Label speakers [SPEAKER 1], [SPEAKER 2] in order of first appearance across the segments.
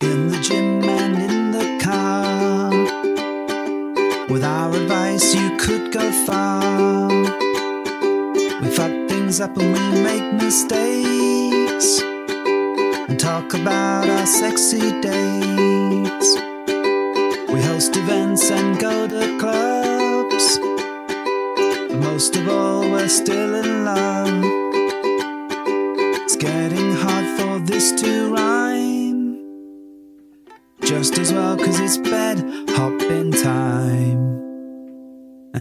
[SPEAKER 1] In the gym and in the car. With our advice, you could go far. We fuck things up and we make mistakes. And talk about our sexy dates. We host events and go to clubs. But most of all, we're still in love. It's getting hard for this to rhyme. Just as well, cause it's bed hopping time.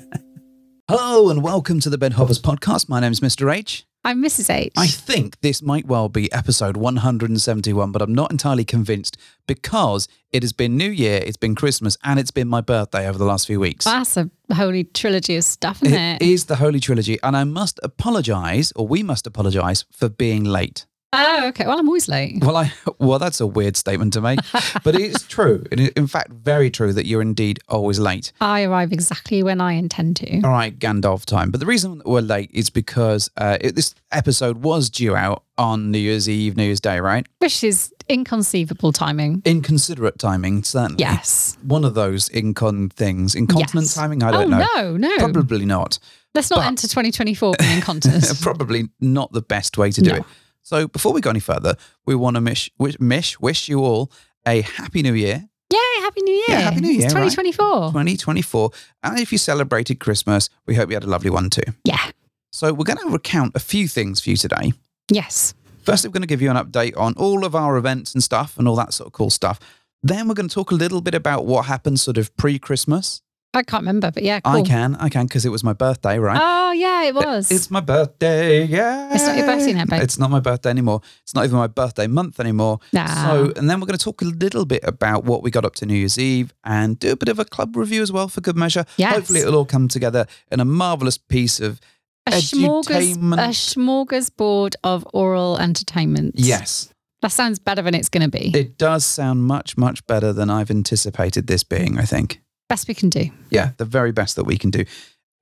[SPEAKER 1] Hello and welcome to the Bed Hoppers podcast. My name's Mr. H.
[SPEAKER 2] I'm Mrs. H.
[SPEAKER 1] I think this might well be episode 171, but I'm not entirely convinced because it has been New Year, it's been Christmas, and it's been my birthday over the last few weeks.
[SPEAKER 2] That's a holy trilogy of stuff, isn't it?
[SPEAKER 1] It is the Holy Trilogy, and I must apologize, or we must apologize, for being late.
[SPEAKER 2] oh, okay. Well, I'm always late.
[SPEAKER 1] Well, I well, that's a weird statement to make, but it's true. It is, in fact, very true that you're indeed always late.
[SPEAKER 2] I arrive exactly when I intend to.
[SPEAKER 1] All right, Gandalf time. But the reason that we're late is because uh, it, this episode was due out on New Year's Eve, New Year's Day, right?
[SPEAKER 2] Which is inconceivable timing.
[SPEAKER 1] Inconsiderate timing, certainly.
[SPEAKER 2] Yes.
[SPEAKER 1] One of those incon things. Incontinent
[SPEAKER 2] Yes.
[SPEAKER 1] timing? I don't
[SPEAKER 2] oh,
[SPEAKER 1] know.
[SPEAKER 2] no, no.
[SPEAKER 1] Probably not.
[SPEAKER 2] Let's not
[SPEAKER 1] but-
[SPEAKER 2] enter 2024 being contest.
[SPEAKER 1] Probably not the best way to do
[SPEAKER 2] No.
[SPEAKER 1] it. So before we go any further, we want to mish, wish, mish, wish you all a happy new year,
[SPEAKER 2] Yay, Happy New Year.
[SPEAKER 1] Yeah, Happy New Year,
[SPEAKER 2] It's
[SPEAKER 1] right.
[SPEAKER 2] 2024.
[SPEAKER 1] 2024. And if you celebrated Christmas, we hope you had a lovely one too.
[SPEAKER 2] Yeah.
[SPEAKER 1] So we're going to recount a few things for you today.
[SPEAKER 2] Yes.
[SPEAKER 1] Firstly, we're going to give you an update on all of our events and stuff and all that sort of cool stuff. Then we're going to talk a little bit about what happened sort of pre Christmas.
[SPEAKER 2] I can't remember, but yeah, cool.
[SPEAKER 1] I can, I can, because it was my birthday, right?
[SPEAKER 2] Oh, yeah, it was.
[SPEAKER 1] It's my birthday. Yeah.
[SPEAKER 2] It's not your birthday now, babe.
[SPEAKER 1] It's not my birthday anymore. It's not even my birthday month anymore.
[SPEAKER 2] Nah.
[SPEAKER 1] So, and then we're going to talk a little bit about what we got up to New Year's Eve and do a bit of a club review as well for good measure.
[SPEAKER 2] Yes.
[SPEAKER 1] Hopefully, it'll all come together in a marvelous piece of
[SPEAKER 2] a, smorgas-
[SPEAKER 1] edutainment.
[SPEAKER 2] a smorgasbord of oral entertainment.
[SPEAKER 1] yes.
[SPEAKER 2] That sounds better than it's going to be.
[SPEAKER 1] It does sound much, much better than I've anticipated this being, I think.
[SPEAKER 2] Best we can do.
[SPEAKER 1] Yeah, the very best that we can do.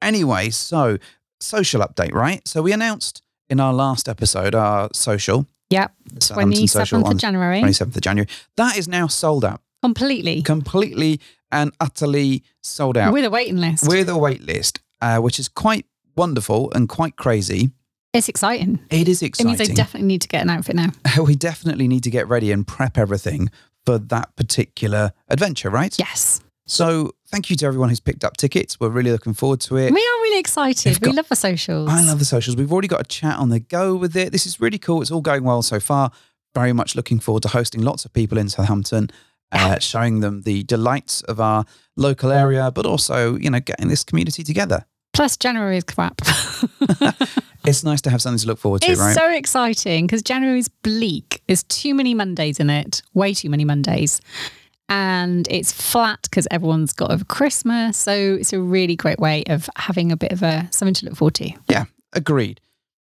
[SPEAKER 1] Anyway, so social update, right? So we announced in our last episode our social,
[SPEAKER 2] Yep.
[SPEAKER 1] the Southampton social
[SPEAKER 2] 27th
[SPEAKER 1] on
[SPEAKER 2] of January.
[SPEAKER 1] 27th of January. That is now sold out,
[SPEAKER 2] Completely.
[SPEAKER 1] completely and utterly sold out
[SPEAKER 2] With a waiting list.
[SPEAKER 1] with a wait list, uh, which is quite wonderful and quite crazy.
[SPEAKER 2] It's exciting.
[SPEAKER 1] It is
[SPEAKER 2] It means I
[SPEAKER 1] exciting.
[SPEAKER 2] definitely need to get an outfit now.
[SPEAKER 1] we definitely need to get ready and prep everything for that particular adventure, right?
[SPEAKER 2] Yes.
[SPEAKER 1] So thank you to everyone who's picked up tickets. We're really looking forward to
[SPEAKER 2] We
[SPEAKER 1] it.
[SPEAKER 2] are really excited.
[SPEAKER 1] We've
[SPEAKER 2] We
[SPEAKER 1] got-
[SPEAKER 2] love the socials.
[SPEAKER 1] I love the socials. We've already got a chat on the go with it. This is really cool. It's all going well so far. Very much looking forward to hosting lots of people in Southampton, uh, showing them the delights of our local area, but also, you know, getting this community together.
[SPEAKER 2] Plus, January is crap.
[SPEAKER 1] It's nice to have something to look forward to,
[SPEAKER 2] it's
[SPEAKER 1] right?
[SPEAKER 2] so exciting because January is bleak. There's too many Mondays in it, way too many Mondays. And it's flat because everyone's got over Christmas. So it's a really great way of having a bit of a something to look forward to.
[SPEAKER 1] yeah, agreed.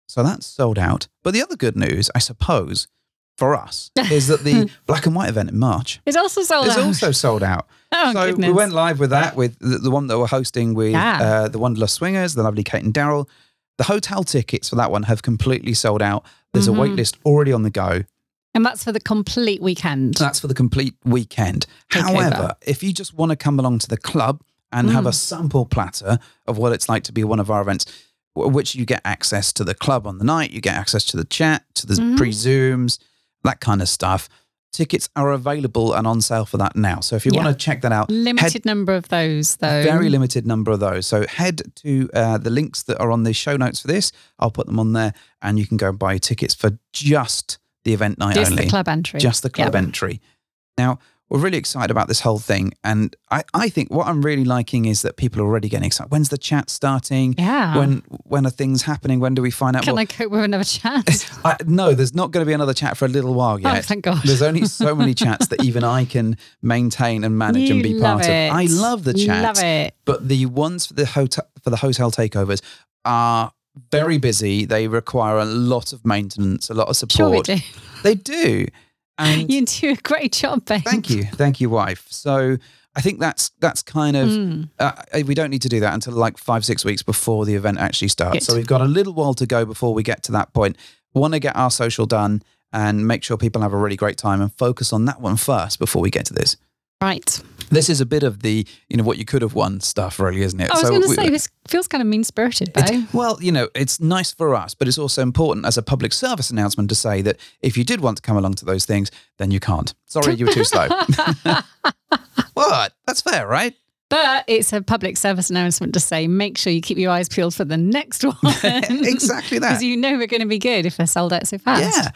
[SPEAKER 1] So that's sold out. But the other good news, I suppose, for us is that the black and white event in March
[SPEAKER 2] It's also sold
[SPEAKER 1] is
[SPEAKER 2] out.
[SPEAKER 1] also sold out.
[SPEAKER 2] oh,
[SPEAKER 1] so
[SPEAKER 2] goodness.
[SPEAKER 1] we went live with that with the, the one that we're hosting with
[SPEAKER 2] Yeah.
[SPEAKER 1] uh, the Wanderlust Swingers, the lovely Kate and Daryl. The hotel tickets for that one have completely sold out. There's a
[SPEAKER 2] Mm-hmm.
[SPEAKER 1] wait list already on the go.
[SPEAKER 2] and that's for the complete weekend.
[SPEAKER 1] That's for the complete weekend.
[SPEAKER 2] Take
[SPEAKER 1] However,
[SPEAKER 2] over.
[SPEAKER 1] if you just want to come along to the club and
[SPEAKER 2] Mm.
[SPEAKER 1] have a sample platter of what it's like to be one of our events, w- which you get access to the club on the night, you get access to the chat, to the
[SPEAKER 2] Mhm.
[SPEAKER 1] pre Zooms, that kind of stuff. Tickets are available and on sale for that now. So if you
[SPEAKER 2] Yeah.
[SPEAKER 1] want to check that out, head
[SPEAKER 2] Limited number of those, though.
[SPEAKER 1] very limited number of those. So head to uh, the links that are on the show notes for this. I'll put them on there, and you can go and buy tickets for just the event night
[SPEAKER 2] Just
[SPEAKER 1] only,
[SPEAKER 2] the club entry.
[SPEAKER 1] just the club
[SPEAKER 2] Yeah.
[SPEAKER 1] entry. Now we're really excited about this whole thing, and I, I think what I'm really liking is that people are already getting excited. When's the chat starting?
[SPEAKER 2] Yeah.
[SPEAKER 1] When when are things happening? When do we find out?
[SPEAKER 2] Can
[SPEAKER 1] more?
[SPEAKER 2] I cope with another chance?
[SPEAKER 1] I, no, there's not going to be another chat for a little while yet.
[SPEAKER 2] Oh, thank God.
[SPEAKER 1] There's only so many chats that even I can maintain and manage and be
[SPEAKER 2] You love
[SPEAKER 1] part
[SPEAKER 2] it.
[SPEAKER 1] of. I love the chat.
[SPEAKER 2] Love it.
[SPEAKER 1] But the ones for the hotel for the hotel takeovers are very busy. They require a lot of maintenance, a lot of
[SPEAKER 2] Sure we
[SPEAKER 1] support.
[SPEAKER 2] do.
[SPEAKER 1] They do. And
[SPEAKER 2] You do a great job, babe.
[SPEAKER 1] thank you, thank you, wife. So I think that's that's kind of
[SPEAKER 2] Mm.
[SPEAKER 1] uh, we don't need to do that until like five six weeks before the event actually starts.
[SPEAKER 2] Good.
[SPEAKER 1] So we've got a little while to go before we get to that point. Want to get our social done and make sure people have a really great time and focus on that one first before we get to this.
[SPEAKER 2] Right.
[SPEAKER 1] This is a bit of the you know what you could have won stuff, really, isn't it?
[SPEAKER 2] I was going to
[SPEAKER 1] we-
[SPEAKER 2] say, this feels kind of mean spirited, though.
[SPEAKER 1] it- well, you know, it's nice for us, but it's also important as a public service announcement to say that if you did want to come along to those things, then you can't. Sorry, you were too slow. what? That's fair, right?
[SPEAKER 2] But it's a public service announcement to say make sure you keep your eyes peeled for the next one.
[SPEAKER 1] exactly that.
[SPEAKER 2] Because you know we're going to be good if they're sold out so
[SPEAKER 1] Yeah.
[SPEAKER 2] fast.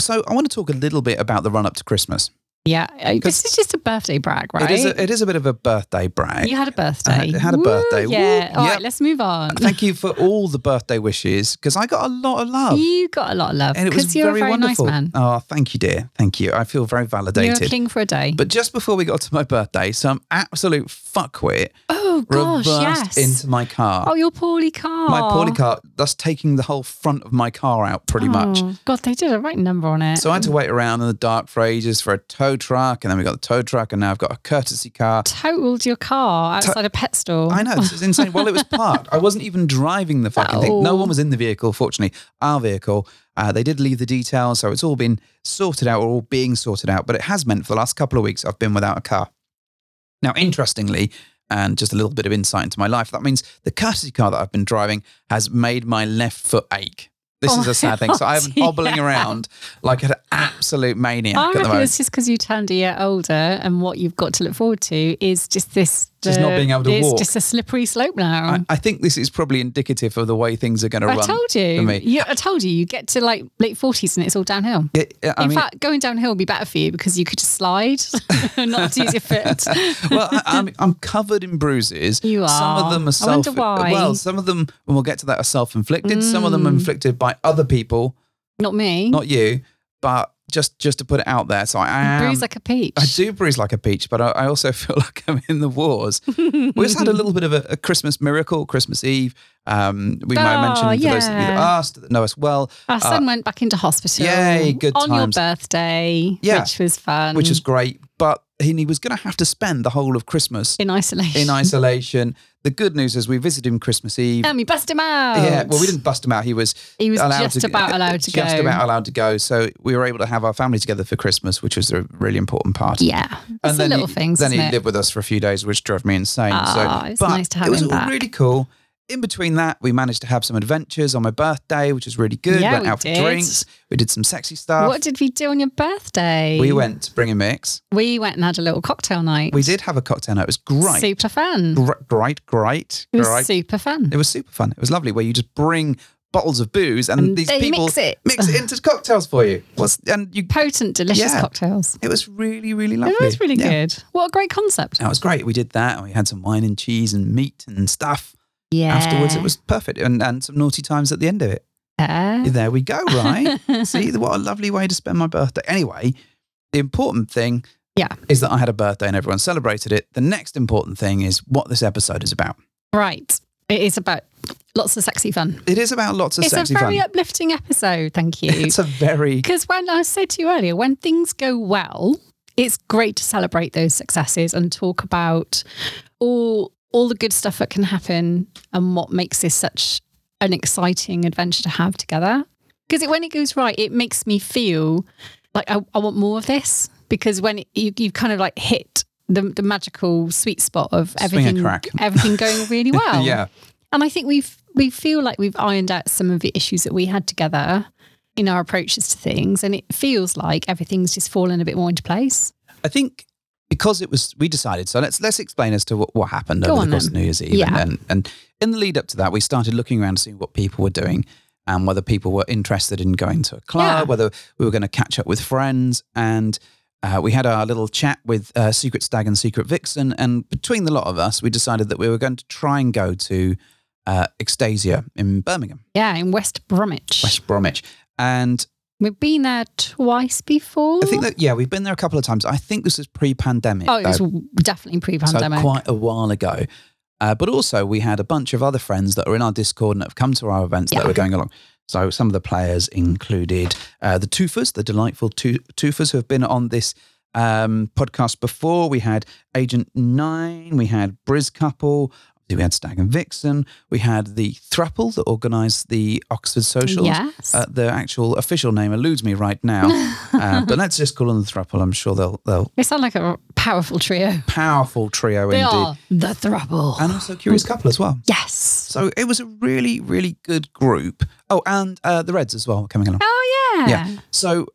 [SPEAKER 1] So I want to talk a little bit about the run up to Christmas.
[SPEAKER 2] Yeah. Yeah.
[SPEAKER 1] 'Cause
[SPEAKER 2] This is just a birthday brag, right?
[SPEAKER 1] It is a, it is a bit of a birthday brag.
[SPEAKER 2] you had a birthday.
[SPEAKER 1] I had- had a
[SPEAKER 2] Woo,
[SPEAKER 1] birthday. Woo,
[SPEAKER 2] Yeah. All
[SPEAKER 1] yep.
[SPEAKER 2] right, let's move on.
[SPEAKER 1] Thank you for all the birthday wishes because I got a lot of love.
[SPEAKER 2] You got a lot of love
[SPEAKER 1] And it was
[SPEAKER 2] because you're
[SPEAKER 1] very,
[SPEAKER 2] a very
[SPEAKER 1] wonderful.
[SPEAKER 2] nice man.
[SPEAKER 1] Oh, thank you, dear. Thank you. I feel very
[SPEAKER 2] You're a
[SPEAKER 1] validated.
[SPEAKER 2] king for a day.
[SPEAKER 1] But just before we got to my birthday, some absolute fuckwit
[SPEAKER 2] oh gosh,
[SPEAKER 1] reversed
[SPEAKER 2] yes.
[SPEAKER 1] into my car.
[SPEAKER 2] oh, your poorly car.
[SPEAKER 1] my poorly car, thus taking the whole front of my car out pretty much.
[SPEAKER 2] Oh, God, they did a right number on it.
[SPEAKER 1] So I had to wait around in the dark for ages for a tow truck, and then we got the tow truck, and now I've got a courtesy car.
[SPEAKER 2] totaled your car outside a pet store.
[SPEAKER 1] I know, this is insane. While it was parked, I wasn't even driving the fucking thing. No
[SPEAKER 2] Oh.
[SPEAKER 1] one was in the vehicle, fortunately, our vehicle. Uh, they did leave the details, so it's all been sorted out or all being sorted out, but it has meant for the last couple of weeks I've been without a car. Now, interestingly, and just a little bit of insight into my life, that means the courtesy car that I've been driving has made my left foot ache. This
[SPEAKER 2] Oh
[SPEAKER 1] is
[SPEAKER 2] my
[SPEAKER 1] a sad thing. So I am
[SPEAKER 2] God,
[SPEAKER 1] hobbling
[SPEAKER 2] yeah.
[SPEAKER 1] around like an absolute maniac
[SPEAKER 2] I
[SPEAKER 1] at the
[SPEAKER 2] reckon
[SPEAKER 1] moment.
[SPEAKER 2] it's just because you turned a year older, and what you've got to look forward to is just this. uh,
[SPEAKER 1] Just not being able to
[SPEAKER 2] it's
[SPEAKER 1] walk.
[SPEAKER 2] just a slippery slope now.
[SPEAKER 1] I, I think this is probably indicative of the way things are going to
[SPEAKER 2] I
[SPEAKER 1] run.
[SPEAKER 2] told you.
[SPEAKER 1] me.
[SPEAKER 2] you. I told you. You get to like late forties and it's all downhill.
[SPEAKER 1] Yeah, yeah, I
[SPEAKER 2] In
[SPEAKER 1] mean,
[SPEAKER 2] fact, going downhill would be better for you because you could just slide, and not use your foot.
[SPEAKER 1] well, I, I'm, I'm covered in bruises.
[SPEAKER 2] You
[SPEAKER 1] Some of
[SPEAKER 2] are.
[SPEAKER 1] them are
[SPEAKER 2] I
[SPEAKER 1] self.
[SPEAKER 2] wonder why. Mm.
[SPEAKER 1] Well, some of them, and we'll get to that, are self-inflicted. Some of them are inflicted by other people,
[SPEAKER 2] Not me.
[SPEAKER 1] not you. But just just to put it out there, so I am.
[SPEAKER 2] bruise like a peach.
[SPEAKER 1] I do bruise like a peach, but I, I also feel like I'm in the wars. we just had a little bit of a, a Christmas miracle, Christmas Eve. Um, we might
[SPEAKER 2] Oh,
[SPEAKER 1] mention for those that either
[SPEAKER 2] yeah.
[SPEAKER 1] asked that know us well,
[SPEAKER 2] Our son went back into hospital.
[SPEAKER 1] uh, yay, good
[SPEAKER 2] on
[SPEAKER 1] times.
[SPEAKER 2] your birthday,
[SPEAKER 1] Yeah.
[SPEAKER 2] which was fun.
[SPEAKER 1] which is great. But he, he was going to have to spend the whole of Christmas
[SPEAKER 2] in isolation.
[SPEAKER 1] in isolation. The good news is we visited him Christmas Eve.
[SPEAKER 2] and we bust him out.
[SPEAKER 1] Yeah, well, we didn't bust him out. He was
[SPEAKER 2] He was
[SPEAKER 1] allowed
[SPEAKER 2] just
[SPEAKER 1] to,
[SPEAKER 2] about allowed to
[SPEAKER 1] just
[SPEAKER 2] go.
[SPEAKER 1] about allowed to go. So we were able to have our family together for Christmas, which was a really important part.
[SPEAKER 2] Yeah, it's the
[SPEAKER 1] then
[SPEAKER 2] little
[SPEAKER 1] he,
[SPEAKER 2] things.
[SPEAKER 1] Then
[SPEAKER 2] isn't
[SPEAKER 1] he
[SPEAKER 2] it?
[SPEAKER 1] lived with us for a few days, which drove me insane.
[SPEAKER 2] Ah,
[SPEAKER 1] so,
[SPEAKER 2] it's
[SPEAKER 1] but
[SPEAKER 2] nice to have
[SPEAKER 1] it was
[SPEAKER 2] him
[SPEAKER 1] all
[SPEAKER 2] back.
[SPEAKER 1] really cool. In between that, we managed to have some adventures on my birthday, which was really good.
[SPEAKER 2] Yeah,
[SPEAKER 1] went
[SPEAKER 2] we
[SPEAKER 1] out for
[SPEAKER 2] did.
[SPEAKER 1] drinks. We did some sexy stuff.
[SPEAKER 2] What did we do on your birthday?
[SPEAKER 1] we went to bring a mix.
[SPEAKER 2] We went and had a little cocktail night.
[SPEAKER 1] We did have a cocktail night. It was great.
[SPEAKER 2] Super fun.
[SPEAKER 1] Gr- Great, great,
[SPEAKER 2] It was
[SPEAKER 1] great.
[SPEAKER 2] super fun.
[SPEAKER 1] It was super fun. It was lovely where you just bring bottles of booze and,
[SPEAKER 2] And
[SPEAKER 1] these
[SPEAKER 2] they
[SPEAKER 1] people
[SPEAKER 2] mix it.
[SPEAKER 1] into cocktails for you. What's, and you,
[SPEAKER 2] Potent, delicious
[SPEAKER 1] Yeah.
[SPEAKER 2] cocktails.
[SPEAKER 1] it was really, really lovely.
[SPEAKER 2] It was really
[SPEAKER 1] Yeah.
[SPEAKER 2] good. What a great concept.
[SPEAKER 1] That was great. We did that and we had some wine and cheese and meat and stuff. Afterwards, it was perfect. And, and some naughty times at the end of it.
[SPEAKER 2] Yeah.
[SPEAKER 1] There we go, right? See, what a lovely way to spend my birthday. Anyway, the important thing
[SPEAKER 2] Yeah.
[SPEAKER 1] is that I had a birthday and everyone celebrated it. The next important thing is what this episode is about.
[SPEAKER 2] Right. It is about lots of sexy fun.
[SPEAKER 1] It is about lots of
[SPEAKER 2] It's a
[SPEAKER 1] sexy
[SPEAKER 2] very
[SPEAKER 1] fun.
[SPEAKER 2] uplifting episode. Thank you.
[SPEAKER 1] It's a very
[SPEAKER 2] Because when I said to you earlier, when things go well, it's great to celebrate those successes and talk about all all the good stuff that can happen and what makes this such an exciting adventure to have together. Because it, when it goes right, it makes me feel like I, I want more of this. Because when it, you you kind of like hit the, the magical sweet spot of
[SPEAKER 1] Swing a
[SPEAKER 2] everything
[SPEAKER 1] crack.
[SPEAKER 2] everything going really well.
[SPEAKER 1] yeah.
[SPEAKER 2] And I think we've we feel like we've ironed out some of the issues that we had together in our approaches to things, and it feels like everything's just fallen a bit more into place.
[SPEAKER 1] I think because it was we decided. So let's let's explain as to what, what happened
[SPEAKER 2] Go
[SPEAKER 1] over the
[SPEAKER 2] on
[SPEAKER 1] course
[SPEAKER 2] then.
[SPEAKER 1] of New Year's Eve,
[SPEAKER 2] Yeah.
[SPEAKER 1] and, and and in the lead up to that, we started looking around, seeing what people were doing, and whether people were interested in going to a club,
[SPEAKER 2] Yeah.
[SPEAKER 1] whether we were going to catch up with friends, and. Uh, we had our little chat with uh, Secret Stag and Secret Vixen, and between the lot of us, we decided that we were going to try and go to uh, Extasia in Birmingham,
[SPEAKER 2] Yeah, in West Bromwich,
[SPEAKER 1] West Bromwich. And
[SPEAKER 2] we've been there twice before.
[SPEAKER 1] I think that, yeah, we've been there a couple of times. I think this is pre pandemic.
[SPEAKER 2] oh, it was definitely pre-pandemic.
[SPEAKER 1] So quite a while ago. Uh, but also, we had a bunch of other friends that are in our Discord and have come to our events that
[SPEAKER 2] Yeah.
[SPEAKER 1] were going along. So some of the players included uh, the Toofers, the delightful to- Toofers who have been on this um, podcast before. We had Agent Nine, we had Briz Couple, we had Stag and Vixen, we had the Thruple that organised the Oxford Socials.
[SPEAKER 2] Yes.
[SPEAKER 1] Uh, the actual official name eludes me right now, uh, but let's just call them the Thruple. I'm sure they'll they'll
[SPEAKER 2] They sound like a powerful trio.
[SPEAKER 1] powerful trio
[SPEAKER 2] They
[SPEAKER 1] Oh, indeed,
[SPEAKER 2] are the throuple.
[SPEAKER 1] and also Curious Couple as well.
[SPEAKER 2] yes.
[SPEAKER 1] So it was a really, really good group. Oh, and uh, the Reds as well were coming along.
[SPEAKER 2] Oh yeah.
[SPEAKER 1] Yeah. So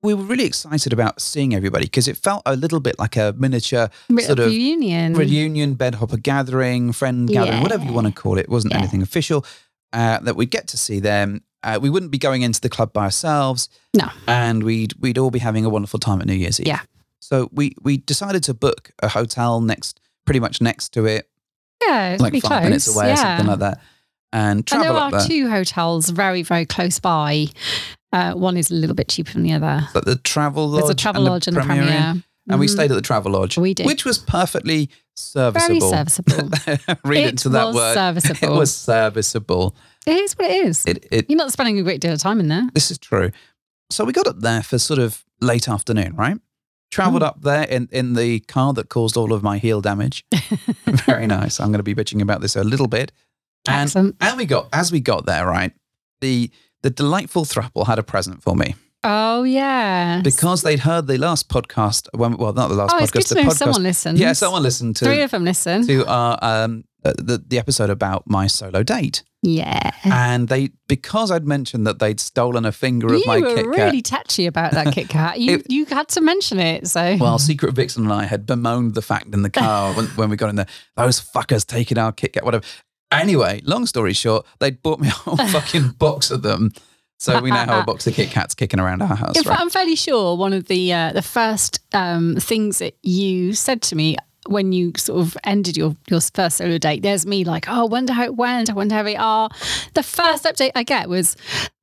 [SPEAKER 1] we were really excited about seeing everybody because it felt a little bit like a miniature
[SPEAKER 2] Bit
[SPEAKER 1] sort
[SPEAKER 2] of
[SPEAKER 1] of
[SPEAKER 2] reunion.
[SPEAKER 1] reunion, bedhopper gathering, friend gathering,
[SPEAKER 2] Yeah.
[SPEAKER 1] whatever you want to call it. It wasn't
[SPEAKER 2] Yeah.
[SPEAKER 1] anything official uh, that we'd get to see them. Uh, we wouldn't be going into the club by ourselves.
[SPEAKER 2] No.
[SPEAKER 1] And we'd we'd all be having a wonderful time at New Year's Eve.
[SPEAKER 2] Yeah.
[SPEAKER 1] So we we decided to book a hotel next, pretty much next to it,
[SPEAKER 2] Yeah, it's
[SPEAKER 1] like
[SPEAKER 2] pretty
[SPEAKER 1] five
[SPEAKER 2] close.
[SPEAKER 1] minutes away
[SPEAKER 2] yeah.
[SPEAKER 1] or something like that, and
[SPEAKER 2] And there
[SPEAKER 1] travel
[SPEAKER 2] are
[SPEAKER 1] up there.
[SPEAKER 2] two hotels very, very close by. Uh, one is a little bit cheaper than the other.
[SPEAKER 1] But the travel lodge,
[SPEAKER 2] There's a travel lodge and the
[SPEAKER 1] Premier
[SPEAKER 2] premier.
[SPEAKER 1] Inn. and we
[SPEAKER 2] Mhm.
[SPEAKER 1] stayed at the travel lodge.
[SPEAKER 2] We did.
[SPEAKER 1] which was perfectly
[SPEAKER 2] very
[SPEAKER 1] serviceable.
[SPEAKER 2] serviceable.
[SPEAKER 1] Read
[SPEAKER 2] it
[SPEAKER 1] it to that
[SPEAKER 2] was
[SPEAKER 1] word.
[SPEAKER 2] serviceable.
[SPEAKER 1] It was serviceable.
[SPEAKER 2] it is what it is.
[SPEAKER 1] It, it.
[SPEAKER 2] You're not spending a great deal of time in there.
[SPEAKER 1] This is true. So we got up there for sort of late afternoon, right? Traveled
[SPEAKER 2] Mm-hmm.
[SPEAKER 1] up there in, in the car that caused all of my heel damage. Very nice. I'm going to be bitching about this a little bit. And,
[SPEAKER 2] Excellent.
[SPEAKER 1] and we got as we got there, right? The the delightful thruple had a present for me
[SPEAKER 2] Oh yeah.
[SPEAKER 1] because they'd heard the last podcast. When, well, not the last
[SPEAKER 2] oh,
[SPEAKER 1] podcast.
[SPEAKER 2] it's good
[SPEAKER 1] the
[SPEAKER 2] to know
[SPEAKER 1] podcast.
[SPEAKER 2] someone listens.
[SPEAKER 1] yeah, someone listened to
[SPEAKER 2] Three of them listen.
[SPEAKER 1] to our um, uh, the the episode about my solo date,
[SPEAKER 2] yeah.
[SPEAKER 1] and they because I'd mentioned that they'd stolen a finger of
[SPEAKER 2] You
[SPEAKER 1] my
[SPEAKER 2] were
[SPEAKER 1] Kit Kat.
[SPEAKER 2] really touchy about that Kit Kat. You
[SPEAKER 1] It-
[SPEAKER 2] you had to mention it. So
[SPEAKER 1] Well, Secret Vixen and I had bemoaned the fact in the car when, when we got in there. Those fuckers taking our Kit Kat, whatever. Anyway, long story short, they'd bought me a whole fucking box of them. So we now have a box of Kit Kats kicking around our house,
[SPEAKER 2] In fact,
[SPEAKER 1] right?
[SPEAKER 2] I'm fairly sure one of the uh, the first um, things that you said to me when you sort of ended your, your first solo date, there's me like, oh, I wonder how it went. I wonder how they are. The first update I get was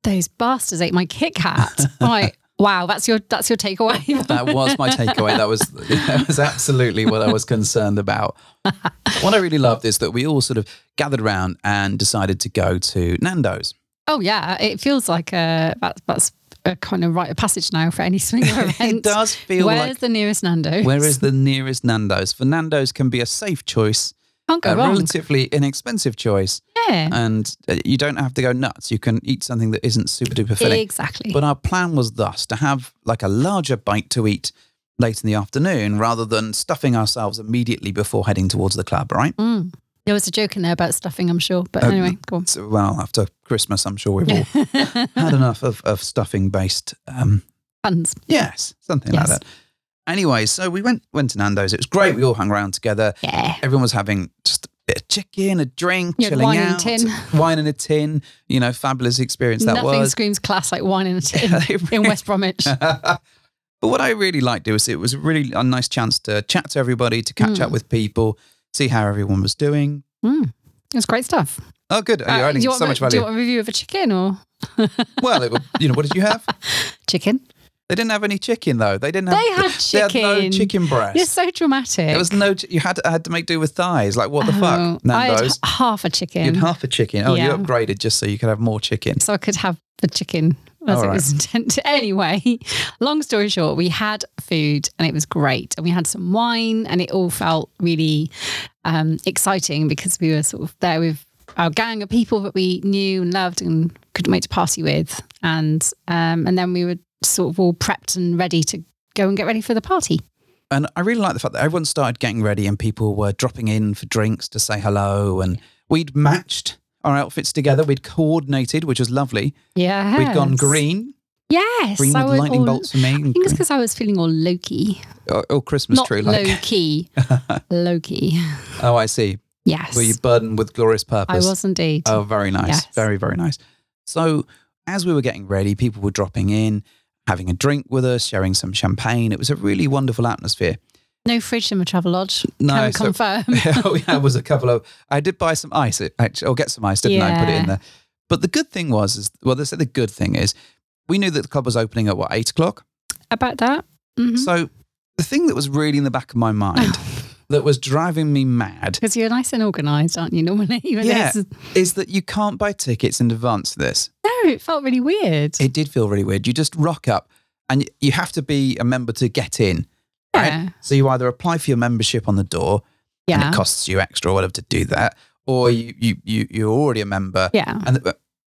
[SPEAKER 2] those bastards ate my Kit Kat. I'm like, wow, that's your that's your takeaway.
[SPEAKER 1] That was my takeaway. That was that was absolutely what I was concerned about. What I really loved is that we all sort of gathered around and decided to go to Nando's.
[SPEAKER 2] oh yeah, it feels like a that, that's a kind of rite of passage now for any swinger
[SPEAKER 1] It
[SPEAKER 2] event.
[SPEAKER 1] does feel
[SPEAKER 2] Where's
[SPEAKER 1] like
[SPEAKER 2] the nearest Nando?
[SPEAKER 1] where is the nearest Nando's? For Nando's can be a safe choice,
[SPEAKER 2] can't go
[SPEAKER 1] a
[SPEAKER 2] wrong?
[SPEAKER 1] relatively inexpensive choice,
[SPEAKER 2] yeah,
[SPEAKER 1] and uh, you don't have to go nuts. You can eat something that isn't super duper filling.
[SPEAKER 2] exactly.
[SPEAKER 1] But our plan was thus to have like a larger bite to eat late in the afternoon rather than stuffing ourselves immediately before heading towards the club, right?
[SPEAKER 2] Mm. There was a joke in there about stuffing, I'm sure. But
[SPEAKER 1] Um,
[SPEAKER 2] anyway, go on.
[SPEAKER 1] So, well, after Christmas, I'm sure we've all had enough of, of stuffing based um,
[SPEAKER 2] Buns.
[SPEAKER 1] Yes, something
[SPEAKER 2] Yes.
[SPEAKER 1] like that. Anyway, so we went went to Nando's. It was great. We all hung around together.
[SPEAKER 2] Yeah.
[SPEAKER 1] Everyone was having just a bit of chicken, a drink,
[SPEAKER 2] You had
[SPEAKER 1] chilling
[SPEAKER 2] wine in a
[SPEAKER 1] out,
[SPEAKER 2] tin.
[SPEAKER 1] wine in a tin. You know, fabulous experience that
[SPEAKER 2] Nothing
[SPEAKER 1] was.
[SPEAKER 2] screams class like wine in a tin in West Bromwich.
[SPEAKER 1] but what I really liked was it was a really a nice chance to chat to everybody, to catch up with people, see how everyone was doing.
[SPEAKER 2] Mm. It's great stuff.
[SPEAKER 1] Oh, good! You're
[SPEAKER 2] Uh,
[SPEAKER 1] adding
[SPEAKER 2] do you want
[SPEAKER 1] so
[SPEAKER 2] a-
[SPEAKER 1] much
[SPEAKER 2] Do you
[SPEAKER 1] value.
[SPEAKER 2] want a review of a chicken or
[SPEAKER 1] well, it, was- you know, what did you have?
[SPEAKER 2] chicken?
[SPEAKER 1] They didn't have any chicken though. They didn't have.
[SPEAKER 2] They had
[SPEAKER 1] They had no
[SPEAKER 2] chicken.
[SPEAKER 1] chicken breast.
[SPEAKER 2] You're so dramatic.
[SPEAKER 1] There was no. ch- You had I had to make do with thighs. Like what the fuck,
[SPEAKER 2] Oh, I had h-
[SPEAKER 1] Nando's?
[SPEAKER 2] half
[SPEAKER 1] You
[SPEAKER 2] a
[SPEAKER 1] had
[SPEAKER 2] chicken,
[SPEAKER 1] half a chicken. Oh, you
[SPEAKER 2] Yeah.
[SPEAKER 1] upgraded just so you could have more chicken.
[SPEAKER 2] so I could have the chicken as
[SPEAKER 1] All
[SPEAKER 2] it
[SPEAKER 1] right.
[SPEAKER 2] was intended. Anyway, long story short, we had food and it was great, and we had some wine, and it all felt really um, exciting because we were sort of there with our gang of people that we knew and loved and couldn't wait to party with, and um, and then we were sort of all prepped and ready to go and get ready for the party.
[SPEAKER 1] And I really like the fact that everyone started getting ready and people were dropping in for drinks to say hello. And we'd matched our outfits together. We'd coordinated, which was lovely.
[SPEAKER 2] Yeah,
[SPEAKER 1] We'd gone green,
[SPEAKER 2] Yes,
[SPEAKER 1] green
[SPEAKER 2] I
[SPEAKER 1] with
[SPEAKER 2] was
[SPEAKER 1] lightning
[SPEAKER 2] all-
[SPEAKER 1] bolts for me,
[SPEAKER 2] I
[SPEAKER 1] and
[SPEAKER 2] think it's
[SPEAKER 1] green,
[SPEAKER 2] because I was feeling all low key,
[SPEAKER 1] or, or Christmas
[SPEAKER 2] not
[SPEAKER 1] tree.
[SPEAKER 2] low
[SPEAKER 1] Like,
[SPEAKER 2] key, low key.
[SPEAKER 1] oh, I see.
[SPEAKER 2] Yes,
[SPEAKER 1] Were you burdened with glorious
[SPEAKER 2] I
[SPEAKER 1] purpose?
[SPEAKER 2] was indeed.
[SPEAKER 1] Oh, very nice.
[SPEAKER 2] Yes.
[SPEAKER 1] Very, very nice. So, as we were getting ready, people were dropping in, having a drink with us, sharing some champagne. It was a really wonderful atmosphere.
[SPEAKER 2] No fridge in my travel lodge.
[SPEAKER 1] No,
[SPEAKER 2] Can
[SPEAKER 1] so-
[SPEAKER 2] confirm.
[SPEAKER 1] All we had was a couple of, I did buy some ice, it- actually, or get some ice, didn't I? And Put it in
[SPEAKER 2] Yeah.
[SPEAKER 1] there. But the good thing was, is well, they said the good thing is we knew that the club was opening at what, eight o'clock?
[SPEAKER 2] About that. Mm-hmm. Because
[SPEAKER 1] So, the thing that was really in the back of my mind that was driving me mad
[SPEAKER 2] you're nice and organised, aren't you? Normally, When
[SPEAKER 1] Yeah.
[SPEAKER 2] this is-
[SPEAKER 1] is that you can't buy tickets in advance for this.
[SPEAKER 2] no, it felt really weird.
[SPEAKER 1] It did feel really weird. You just rock up and you have to be a member to get in.
[SPEAKER 2] Yeah.
[SPEAKER 1] right? So you either apply for your membership on the door and
[SPEAKER 2] Yeah.
[SPEAKER 1] it costs you extra or whatever to do that, or you, you, you, you're already a member
[SPEAKER 2] Yeah.
[SPEAKER 1] and,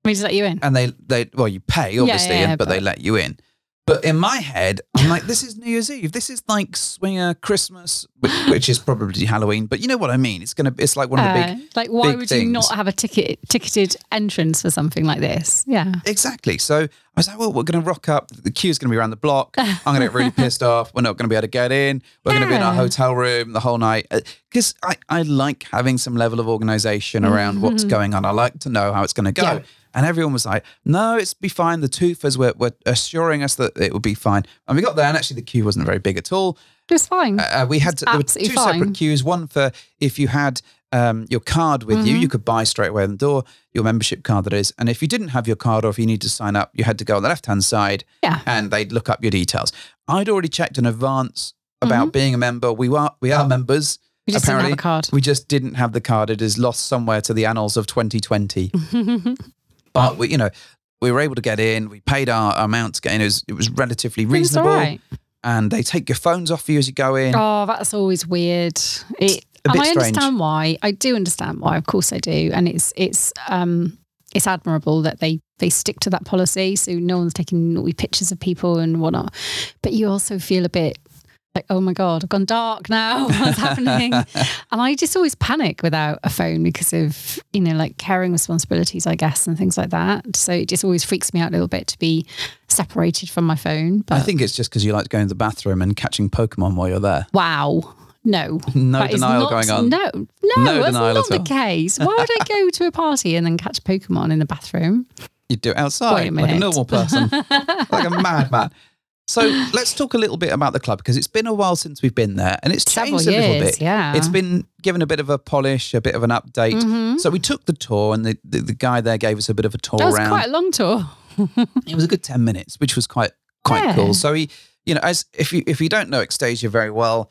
[SPEAKER 2] We just let you in.
[SPEAKER 1] and they, they, well, you pay obviously,
[SPEAKER 2] yeah,
[SPEAKER 1] but, they
[SPEAKER 2] but-
[SPEAKER 1] let you in. But in my head, I'm like, this is New Year's Eve. This is like swinger Christmas, which, which is probably Halloween. But you know what I mean? It's gonna. It's like one of the big
[SPEAKER 2] Uh, like, why
[SPEAKER 1] big
[SPEAKER 2] would you not
[SPEAKER 1] things.
[SPEAKER 2] have a ticket ticketed entrance for something like this? Yeah.
[SPEAKER 1] Exactly. So I was like, well, we're going to rock up. The queue's going to be around the block. I'm going to get really pissed off. We're not going to be able to get in. We're going to be in our
[SPEAKER 2] Yeah.
[SPEAKER 1] hotel room the whole night. Because I, I like having some level of organization around what's going on. I like to know how it's going to go.
[SPEAKER 2] Mm-hmm. Yeah.
[SPEAKER 1] And everyone was like, no, it's be fine. The twofers were, were assuring us that it would be fine. And we got there, and actually, the queue wasn't very big at all.
[SPEAKER 2] It was fine.
[SPEAKER 1] Uh, we had to, there were two
[SPEAKER 2] absolutely fine.
[SPEAKER 1] separate queues. One for if you had um, your card with
[SPEAKER 2] Mm-hmm.
[SPEAKER 1] you, you could buy straight away on the door your membership card that is. And if you didn't have your card or if you need to sign up, you had to go on the left hand side
[SPEAKER 2] Yeah.
[SPEAKER 1] and they'd look up your details. I'd already checked in advance about being a member. We are we are members.
[SPEAKER 2] Mm-hmm. Oh. We just didn't have
[SPEAKER 1] apparently,
[SPEAKER 2] a card.
[SPEAKER 1] we just didn't have the card. It is lost somewhere to the annals of 2020. but we, you know, we were able to get in. We paid our amount to get in. It was, it was relatively
[SPEAKER 2] It's all
[SPEAKER 1] reasonable.
[SPEAKER 2] right.
[SPEAKER 1] And they take your phones off you as you go in.
[SPEAKER 2] Oh, that's always weird. It,
[SPEAKER 1] A
[SPEAKER 2] and
[SPEAKER 1] bit
[SPEAKER 2] I
[SPEAKER 1] strange.
[SPEAKER 2] understand why. I do understand why. Of course, I do. And it's it's um it's admirable that they they stick to that policy. So no one's taking naughty pictures of people and whatnot. But you also feel a bit like, oh my god, I've gone dark now. What's happening? And I just always panic without a phone because of you know like caring responsibilities, I guess, and things like that. So it just always freaks me out a little bit to be separated from my phone. But
[SPEAKER 1] I think it's just because you like going to the bathroom and catching Pokemon while you're there.
[SPEAKER 2] wow. No,
[SPEAKER 1] No
[SPEAKER 2] That is
[SPEAKER 1] denial
[SPEAKER 2] not-
[SPEAKER 1] going on.
[SPEAKER 2] No, no,
[SPEAKER 1] No
[SPEAKER 2] that's
[SPEAKER 1] denial
[SPEAKER 2] not
[SPEAKER 1] at
[SPEAKER 2] the
[SPEAKER 1] all.
[SPEAKER 2] case. Why would I go to a party and then catch Pokemon in the bathroom?
[SPEAKER 1] You do it
[SPEAKER 2] Wait
[SPEAKER 1] outside like
[SPEAKER 2] a
[SPEAKER 1] a
[SPEAKER 2] minute.
[SPEAKER 1] normal person, like a madman. So let's talk a little bit about the club because it's been a while since we've been there and it's
[SPEAKER 2] Several
[SPEAKER 1] changed a
[SPEAKER 2] years,
[SPEAKER 1] little bit.
[SPEAKER 2] yeah.
[SPEAKER 1] It's been given a bit of a polish, a bit of an update. So we took the tour and the, the, the guy there gave us a bit of a tour
[SPEAKER 2] Mm-hmm. That was
[SPEAKER 1] around.
[SPEAKER 2] quite a long tour.
[SPEAKER 1] it was a good 10 minutes which was quite quite
[SPEAKER 2] Yeah.
[SPEAKER 1] cool so he you know as if you if you don't know Extasia very well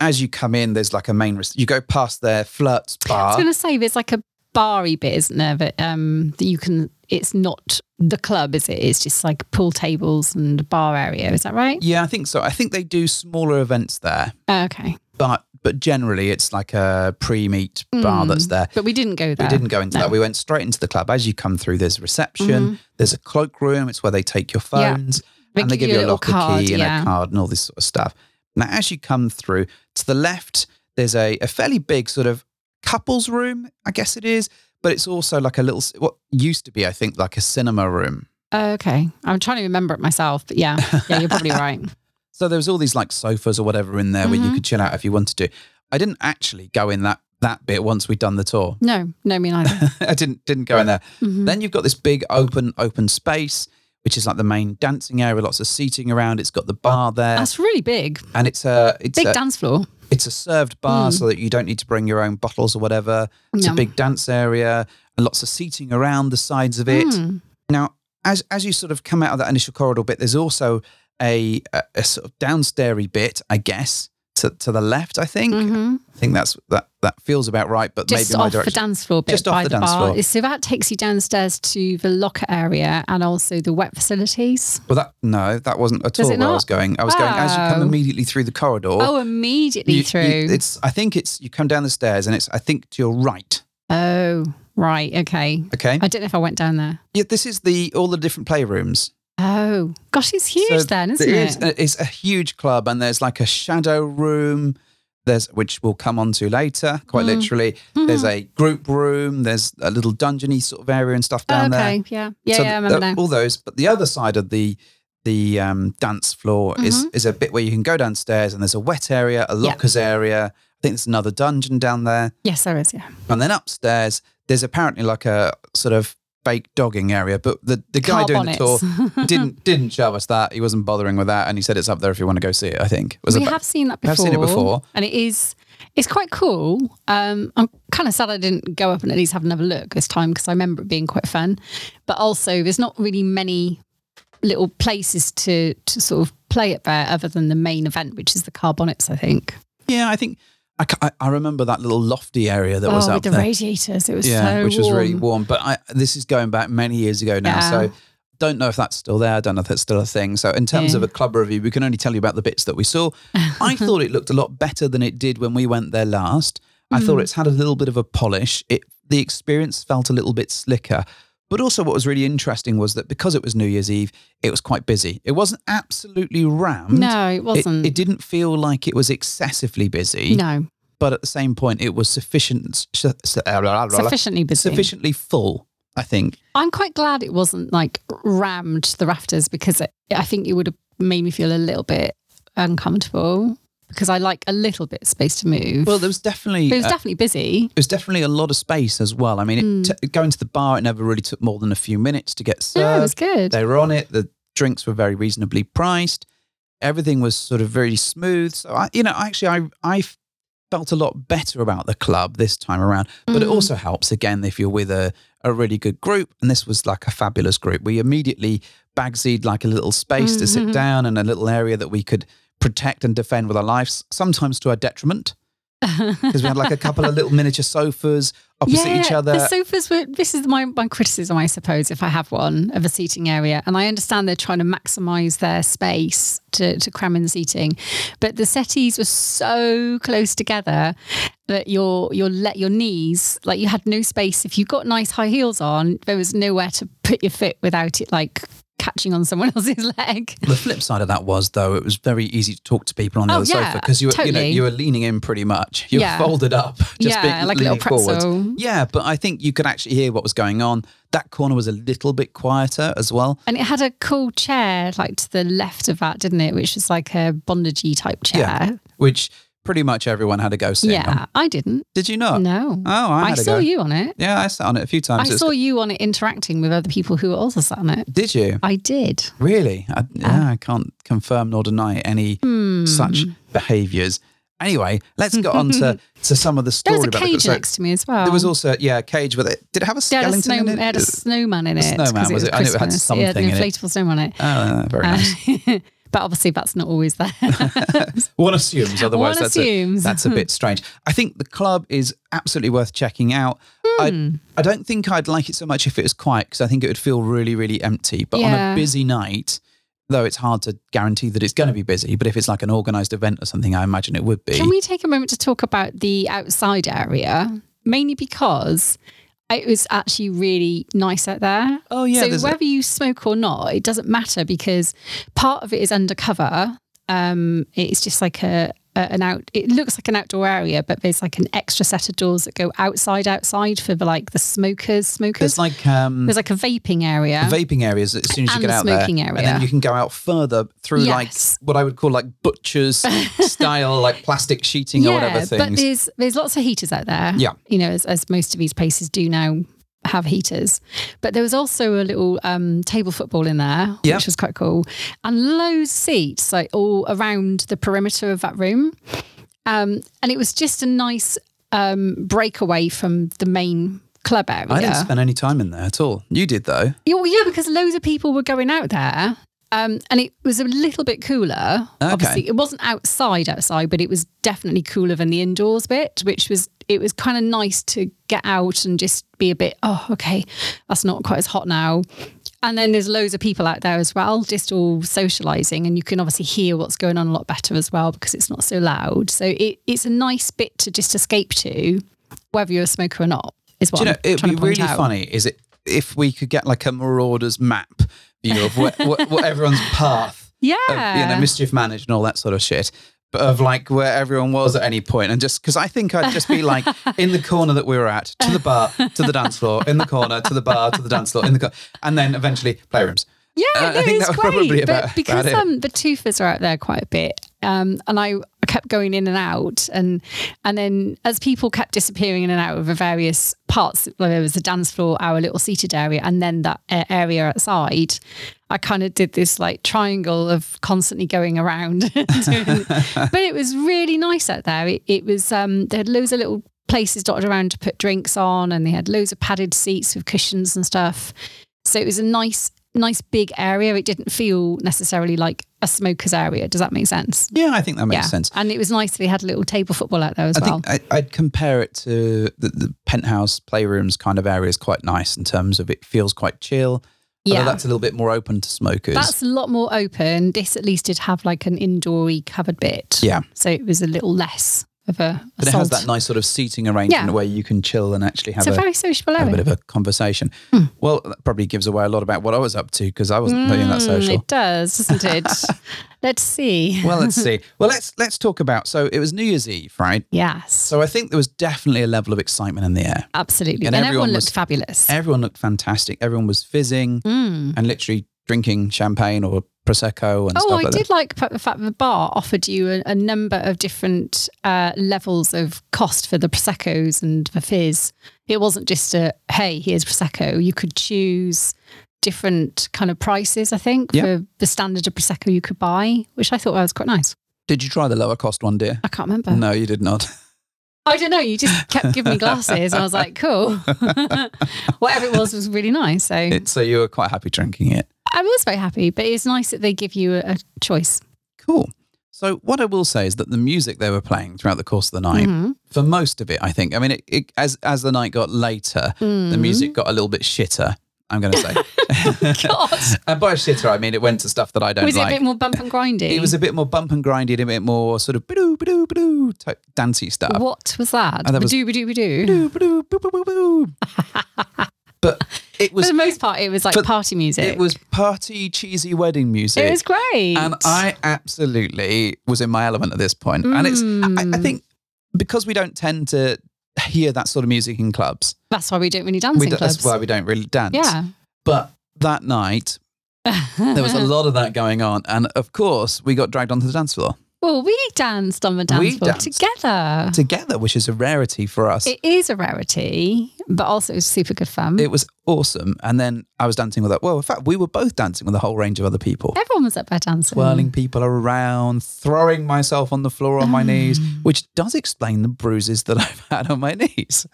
[SPEAKER 1] as you come in there's like a main rec- you go past their flirts
[SPEAKER 2] I
[SPEAKER 1] bar
[SPEAKER 2] was going to say there's like a barry bit, isn't there? That um, that you can. It's not the club, is it? It's just like pool tables and a bar area. Is that right?
[SPEAKER 1] yeah i think so i think they do smaller events there
[SPEAKER 2] Oh, okay,
[SPEAKER 1] but but generally it's like a pre-meet
[SPEAKER 2] Mm.
[SPEAKER 1] bar that's there
[SPEAKER 2] but we didn't go there.
[SPEAKER 1] we didn't go into
[SPEAKER 2] no.
[SPEAKER 1] that we went straight into the club as you come through there's reception there's a cloakroom it's where they take your
[SPEAKER 2] Mm-hmm. Yeah.
[SPEAKER 1] phones
[SPEAKER 2] They
[SPEAKER 1] and they
[SPEAKER 2] give
[SPEAKER 1] give
[SPEAKER 2] you
[SPEAKER 1] you
[SPEAKER 2] a
[SPEAKER 1] a
[SPEAKER 2] little
[SPEAKER 1] locker
[SPEAKER 2] card,
[SPEAKER 1] key and
[SPEAKER 2] yeah.
[SPEAKER 1] a card and all this sort of stuff. Now, as you come through to the left, there's a, a fairly big sort of couples room, I guess it is, but it's also like a little, s- what used to be, I think, like a cinema room.
[SPEAKER 2] Oh, okay, I'm trying to remember it myself, but yeah, yeah, you're probably right.
[SPEAKER 1] So there was all these like sofas or whatever in there where you
[SPEAKER 2] Mhm.
[SPEAKER 1] could chill out if you wanted to. I didn't actually go in that that bit once we'd done the tour.
[SPEAKER 2] No, no, me neither.
[SPEAKER 1] I didn't didn't go in there.
[SPEAKER 2] Mhm.
[SPEAKER 1] Then you've got this big open open space, which is like the main dancing area, lots of seating around. It's got the bar there,
[SPEAKER 2] Oh, That's really big,
[SPEAKER 1] and it's a it's
[SPEAKER 2] big
[SPEAKER 1] a,
[SPEAKER 2] dance floor.
[SPEAKER 1] It's a served bar so that you don't need to bring your own bottles or whatever. It's
[SPEAKER 2] Yum.
[SPEAKER 1] a big dance area and lots of seating around the sides of it.
[SPEAKER 2] Mm.
[SPEAKER 1] Now, as as you sort of come out of that initial corridor bit, there's also a a, a sort of downstairy bit, I guess, to, to the left. I think
[SPEAKER 2] Mhm.
[SPEAKER 1] I think that's that that feels about right, but
[SPEAKER 2] Just
[SPEAKER 1] maybe my
[SPEAKER 2] off the
[SPEAKER 1] direction.
[SPEAKER 2] dance floor bit
[SPEAKER 1] Just off
[SPEAKER 2] by
[SPEAKER 1] the
[SPEAKER 2] the,
[SPEAKER 1] dance
[SPEAKER 2] bar.
[SPEAKER 1] floor.
[SPEAKER 2] So that takes you downstairs to the locker area and also the wet facilities.
[SPEAKER 1] well, that no, that wasn't at
[SPEAKER 2] Does
[SPEAKER 1] all where
[SPEAKER 2] it
[SPEAKER 1] I
[SPEAKER 2] not?
[SPEAKER 1] was going. I was going as you come
[SPEAKER 2] Oh.
[SPEAKER 1] immediately through the corridor.
[SPEAKER 2] Oh, immediately
[SPEAKER 1] you- you-
[SPEAKER 2] through.
[SPEAKER 1] it's I think it's you come down the stairs and it's I think to your right.
[SPEAKER 2] oh, right. Okay.
[SPEAKER 1] Okay,
[SPEAKER 2] I don't know if I went down there.
[SPEAKER 1] yeah, this is the all the different playrooms.
[SPEAKER 2] Oh, gosh, it's huge
[SPEAKER 1] So
[SPEAKER 2] then, isn't
[SPEAKER 1] there
[SPEAKER 2] it?
[SPEAKER 1] is- it's a huge club, and there's like a shadow room. There's which we'll come on to later, quite
[SPEAKER 2] Mm-hmm.
[SPEAKER 1] literally. There's a group room. There's a little dungeony sort of area and stuff
[SPEAKER 2] Oh,
[SPEAKER 1] down
[SPEAKER 2] okay.
[SPEAKER 1] there.
[SPEAKER 2] Yeah. Yeah.
[SPEAKER 1] So
[SPEAKER 2] yeah. I remember
[SPEAKER 1] th- uh,
[SPEAKER 2] now.
[SPEAKER 1] all those, but the other side of the the um, dance floor is is a bit where you can go downstairs, and there's a wet area, a
[SPEAKER 2] Mm-hmm. Yeah.
[SPEAKER 1] lockers area. I think there's another dungeon down there,
[SPEAKER 2] yes, there is. Yeah.
[SPEAKER 1] and then upstairs there's apparently like a sort of fake dogging area. But the the guy
[SPEAKER 2] Car
[SPEAKER 1] doing the tour
[SPEAKER 2] bonnets.
[SPEAKER 1] didn't didn't show us that. He wasn't bothering with that, and he said it's up there if you want to go see it. I think was
[SPEAKER 2] we
[SPEAKER 1] about-
[SPEAKER 2] have seen that
[SPEAKER 1] we
[SPEAKER 2] before.
[SPEAKER 1] have seen it before.
[SPEAKER 2] and it is it's quite cool. Um, I'm kind of sad I didn't go up and at least have another look this time because I remember it being quite fun. But also, there's not really many little places to to sort of play it there other than the main event, which is the car bonnets, I think.
[SPEAKER 1] yeah. I think I, ca- I, I remember that little lofty area that was
[SPEAKER 2] oh,
[SPEAKER 1] up
[SPEAKER 2] with the
[SPEAKER 1] there.
[SPEAKER 2] radiators, it was
[SPEAKER 1] yeah,
[SPEAKER 2] so
[SPEAKER 1] which was really
[SPEAKER 2] warm.
[SPEAKER 1] warm. But I, this is going back many years ago now,
[SPEAKER 2] Yeah.
[SPEAKER 1] so Don't know if that's still there. Don't know if that's still a thing. So, in terms
[SPEAKER 2] Yeah.
[SPEAKER 1] of a club review, we can only tell you about the bits that we saw. I thought it looked a lot better than it did when we went there last. I
[SPEAKER 2] Mm.
[SPEAKER 1] thought it's had a little bit of a polish. It the experience felt a little bit slicker. But also, what was really interesting was that because it was New Year's Eve, it was quite busy. It wasn't absolutely rammed.
[SPEAKER 2] No, it
[SPEAKER 1] It,
[SPEAKER 2] wasn't.
[SPEAKER 1] it didn't feel like it was excessively busy,
[SPEAKER 2] no,
[SPEAKER 1] but at the same point, it was sufficient, uh,
[SPEAKER 2] sufficiently busy.
[SPEAKER 1] sufficiently full. I think
[SPEAKER 2] I'm quite glad it wasn't like rammed to the rafters because it, I think it would have made me feel a little bit uncomfortable because I like a little bit of space to move.
[SPEAKER 1] Well, there was definitely
[SPEAKER 2] but it was
[SPEAKER 1] uh,
[SPEAKER 2] definitely busy.
[SPEAKER 1] it was definitely a lot of space as well. I mean, it, t- going to the bar, it never really took more than a few minutes to get served.
[SPEAKER 2] No, it was good.
[SPEAKER 1] They were on it. The drinks were very reasonably priced. Everything was sort of very smooth. So I, you know, actually, I I felt a lot better about the club this time around. But it
[SPEAKER 2] Mm.
[SPEAKER 1] also helps again if you're with a a really good group. And this was like a fabulous group. We immediately bagsied like a little space to sit
[SPEAKER 2] Mhm.
[SPEAKER 1] down and a little area that we could protect and defend with our lives, sometimes to our detriment because we had like a couple of little miniature sofas opposite each other.
[SPEAKER 2] The sofas were, this is my, my criticism, I suppose, if I have one, of a seating area. And I understand they're trying to maximize their space to, to cram in seating. But the settees were so close together that your, your, let your knees, like you had no space. If you got nice high heels on, there was nowhere to put your foot without it like catching on someone else's leg.
[SPEAKER 1] The flip side of that was, though, it was very easy to talk to people on the
[SPEAKER 2] Oh,
[SPEAKER 1] other
[SPEAKER 2] yeah,
[SPEAKER 1] sofa because you were, you know,
[SPEAKER 2] totally.
[SPEAKER 1] you were leaning in pretty much. You were
[SPEAKER 2] Yeah.
[SPEAKER 1] folded up, just
[SPEAKER 2] Yeah,
[SPEAKER 1] being,
[SPEAKER 2] like a
[SPEAKER 1] leaning
[SPEAKER 2] little pretzel.
[SPEAKER 1] forwards. Yeah, but I think you could actually hear what was going on. That corner was a little bit quieter as well.
[SPEAKER 2] And it had a cool chair like to the left of that, didn't it? Which was like a bondagey type chair.
[SPEAKER 1] Yeah. Which pretty much everyone had a go sit on.
[SPEAKER 2] Yeah, I didn't.
[SPEAKER 1] Did you not?
[SPEAKER 2] No.
[SPEAKER 1] Oh, I,
[SPEAKER 2] I,
[SPEAKER 1] had a
[SPEAKER 2] saw
[SPEAKER 1] go.
[SPEAKER 2] you on it.
[SPEAKER 1] Yeah, I sat on it a few
[SPEAKER 2] I
[SPEAKER 1] times. It's-
[SPEAKER 2] saw you on it interacting with other people who were also sat on it.
[SPEAKER 1] Did you?
[SPEAKER 2] I did.
[SPEAKER 1] Really? I, yeah, I can't confirm nor deny any
[SPEAKER 2] Hmm.
[SPEAKER 1] such behaviours. Anyway, let's get on to, to some of the
[SPEAKER 2] There
[SPEAKER 1] story
[SPEAKER 2] was a
[SPEAKER 1] about the
[SPEAKER 2] cage
[SPEAKER 1] so
[SPEAKER 2] next to me as well.
[SPEAKER 1] There was also yeah, a cage with it. Did it have a
[SPEAKER 2] It Um, had, a
[SPEAKER 1] skeleton
[SPEAKER 2] snow,
[SPEAKER 1] in it?
[SPEAKER 2] it had a snowman in it. 'cause
[SPEAKER 1] snowman, was it? I knew it had
[SPEAKER 2] Christmas.
[SPEAKER 1] something
[SPEAKER 2] had an
[SPEAKER 1] in it.
[SPEAKER 2] inflatable snowman in it.
[SPEAKER 1] Ah, very nice.
[SPEAKER 2] Uh, but obviously, that's not always there.
[SPEAKER 1] One assumes, otherwise
[SPEAKER 2] One
[SPEAKER 1] that's
[SPEAKER 2] assumes.
[SPEAKER 1] A, that's a bit strange. I think the club is absolutely worth checking out.
[SPEAKER 2] Hmm.
[SPEAKER 1] I, I don't think I'd like it so much if it was quiet because I think it would feel really, really empty. But on a
[SPEAKER 2] Yeah.
[SPEAKER 1] busy night, though, it's hard to guarantee that it's going to be busy. But if it's like an organised event or something, I imagine it would be.
[SPEAKER 2] Can we take a moment to talk about the outside area? Mainly because it was actually really nice out there.
[SPEAKER 1] Oh, yeah,
[SPEAKER 2] So
[SPEAKER 1] there's a-
[SPEAKER 2] whether you smoke or not, it doesn't matter because part of it is undercover. Um, it's just like a, a an out. It looks like an outdoor area, but there's like an extra set of doors that go outside, outside for the, like the smokers, smokers.
[SPEAKER 1] There's like um,
[SPEAKER 2] There's like a vaping area.
[SPEAKER 1] vaping areas as soon as you
[SPEAKER 2] And
[SPEAKER 1] get
[SPEAKER 2] the
[SPEAKER 1] out
[SPEAKER 2] smoking
[SPEAKER 1] there, and then
[SPEAKER 2] area.
[SPEAKER 1] you can go out further through
[SPEAKER 2] Yes.
[SPEAKER 1] like what I would call like butchers style, like plastic sheeting or whatever
[SPEAKER 2] But
[SPEAKER 1] things.
[SPEAKER 2] there's there's lots of heaters out there.
[SPEAKER 1] Yeah.
[SPEAKER 2] You know, as, as most of these places do now have heaters. But there was also a little um, table football in there,
[SPEAKER 1] Yeah.
[SPEAKER 2] which was quite cool. And loads of seats like all around the perimeter of that room. Um, and it was just a nice um, breakaway from the main club area.
[SPEAKER 1] I didn't spend any time in there at all. You did though.
[SPEAKER 2] Yeah, well, yeah, because loads of people were going out there. Um, and it was a little bit cooler.
[SPEAKER 1] Okay.
[SPEAKER 2] Obviously, it wasn't outside outside, but it was definitely cooler than the indoors bit, which was it was kind of nice to get out and just be a bit. Oh, okay, that's not quite as hot now. And then there's loads of people out there as well, just all socialising, and you can obviously hear what's going on a lot better as well because it's not so loud. So it, it's a nice bit to just escape to, whether you're a smoker or not. Is what
[SPEAKER 1] Do you know
[SPEAKER 2] I'm
[SPEAKER 1] it'd
[SPEAKER 2] trying
[SPEAKER 1] be
[SPEAKER 2] to point
[SPEAKER 1] really
[SPEAKER 2] out.
[SPEAKER 1] funny? Is it if we could get like a Marauders map view of what, what, what everyone's path,
[SPEAKER 2] Yeah,
[SPEAKER 1] of, you know, mischief managed and all that sort of shit. But of like where everyone was at any point, and just because I think I'd just be like in the corner that we were at, to the bar, to the dance floor, in the corner, to the bar, to the dance floor, in the corner, and then eventually playrooms.
[SPEAKER 2] Yeah,
[SPEAKER 1] Uh, I
[SPEAKER 2] no,
[SPEAKER 1] think
[SPEAKER 2] it's
[SPEAKER 1] that was
[SPEAKER 2] great.
[SPEAKER 1] probably
[SPEAKER 2] but
[SPEAKER 1] about- about
[SPEAKER 2] because
[SPEAKER 1] it.
[SPEAKER 2] um, the twofers are out there quite a bit, um, and I kept going in and out, and and then as people kept disappearing in and out of the various parts, like there was the dance floor, our little seated area, and then that uh, area outside. I kind of did this like triangle of constantly going around, doing- but it was really nice out there. It, it was um, they had loads of little places dotted around to put drinks on, and they had loads of padded seats with cushions and stuff. So it was a nice, nice big area. It didn't feel necessarily like a smoker's area. Does that make sense?
[SPEAKER 1] Yeah, I think that makes sense.
[SPEAKER 2] And it was nice that they had a little table football out there as
[SPEAKER 1] I
[SPEAKER 2] well.
[SPEAKER 1] think I, I'd compare it to the, the penthouse playrooms kind of area is quite nice in terms of it feels quite chill. Although
[SPEAKER 2] Yeah.
[SPEAKER 1] that's a little bit more open to smokers.
[SPEAKER 2] That's a lot more open. This at least did have like an indoory covered bit.
[SPEAKER 1] yeah.
[SPEAKER 2] So it was a little less of a
[SPEAKER 1] But
[SPEAKER 2] assault.
[SPEAKER 1] it has that nice sort of seating arrangement
[SPEAKER 2] Yeah.
[SPEAKER 1] where you can chill and actually have
[SPEAKER 2] it's
[SPEAKER 1] a
[SPEAKER 2] a very Hmm. sociable
[SPEAKER 1] have a
[SPEAKER 2] area.
[SPEAKER 1] bit of a conversation. Well, that probably gives away a lot about what I was up to because I wasn't feeling that
[SPEAKER 2] Mm,
[SPEAKER 1] social.
[SPEAKER 2] it does, doesn't it? Let's see.
[SPEAKER 1] Well, let's see. Well, let's let's talk about. So it was New Year's Eve, right?
[SPEAKER 2] yes.
[SPEAKER 1] So I think there was definitely a level of excitement in the air.
[SPEAKER 2] absolutely.
[SPEAKER 1] and
[SPEAKER 2] And,
[SPEAKER 1] everyone
[SPEAKER 2] everyone,
[SPEAKER 1] was-
[SPEAKER 2] looked fabulous.
[SPEAKER 1] Everyone looked fantastic. Everyone was fizzing
[SPEAKER 2] Mm.
[SPEAKER 1] and literally drinking champagne or prosecco and
[SPEAKER 2] Oh,
[SPEAKER 1] stuff
[SPEAKER 2] I
[SPEAKER 1] like
[SPEAKER 2] did
[SPEAKER 1] that.
[SPEAKER 2] like p- the fact that the bar offered you a, a number of different uh, levels of cost for the Prosecco's and the fizz. It wasn't just a, hey, here's Prosecco. You could choose different kind of prices, I think,
[SPEAKER 1] Yeah.
[SPEAKER 2] for the standard of Prosecco you could buy, which I thought was quite nice.
[SPEAKER 1] Did you try the lower cost one, dear?
[SPEAKER 2] I can't remember.
[SPEAKER 1] No, you did not.
[SPEAKER 2] I don't know. You just kept giving me glasses, and I was like, cool. Whatever it was was really nice. So
[SPEAKER 1] It, so you were quite happy drinking it.
[SPEAKER 2] I was very happy, but it's nice that they give you a, a choice.
[SPEAKER 1] Cool. So what I will say is that the music they were playing throughout the course of the night,
[SPEAKER 2] Mhm.
[SPEAKER 1] for most of it, I think. I mean, it, it, as as the night got later, the
[SPEAKER 2] Mm.
[SPEAKER 1] music got a little bit shitter. I'm going to say,
[SPEAKER 2] God.
[SPEAKER 1] and by shitter I mean it went to stuff that I don't
[SPEAKER 2] Was
[SPEAKER 1] like.
[SPEAKER 2] it a bit more bump and grindy?
[SPEAKER 1] It was a bit more bump and grindy, and a bit more sort of ba-doo, ba-doo, ba-doo type dancey stuff.
[SPEAKER 2] What was that?
[SPEAKER 1] Oh, that was-
[SPEAKER 2] Badoo, badoo, badoo.
[SPEAKER 1] Ba-doo, ba-doo, boo, boo, boo, boo. but it
[SPEAKER 2] For
[SPEAKER 1] was
[SPEAKER 2] the most part, it was like
[SPEAKER 1] but
[SPEAKER 2] party music.
[SPEAKER 1] it was party cheesy wedding music.
[SPEAKER 2] It was great.
[SPEAKER 1] and I absolutely was in my element at this point. And it's I, I
[SPEAKER 2] Mm.
[SPEAKER 1] think because we don't tend to hear that sort of music in clubs.
[SPEAKER 2] that's why we don't really dance
[SPEAKER 1] We
[SPEAKER 2] in
[SPEAKER 1] don't-
[SPEAKER 2] clubs.
[SPEAKER 1] that's why we don't really dance.
[SPEAKER 2] yeah.
[SPEAKER 1] But that night there was a lot of that going on, and of course we got dragged onto the dance floor
[SPEAKER 2] well, we danced on the dance
[SPEAKER 1] We
[SPEAKER 2] floor
[SPEAKER 1] danced.
[SPEAKER 2] together.
[SPEAKER 1] together, which is a rarity for us.
[SPEAKER 2] Ah. It is a rarity, but also it was super good fun.
[SPEAKER 1] it was awesome. And then I was dancing with that. Well, in fact, we were both dancing with a whole range of other people,
[SPEAKER 2] Everyone was up there dancing.
[SPEAKER 1] twirling people around, throwing myself on the floor on my knees,
[SPEAKER 2] Ah.
[SPEAKER 1] which does explain the bruises that I've had on my knees.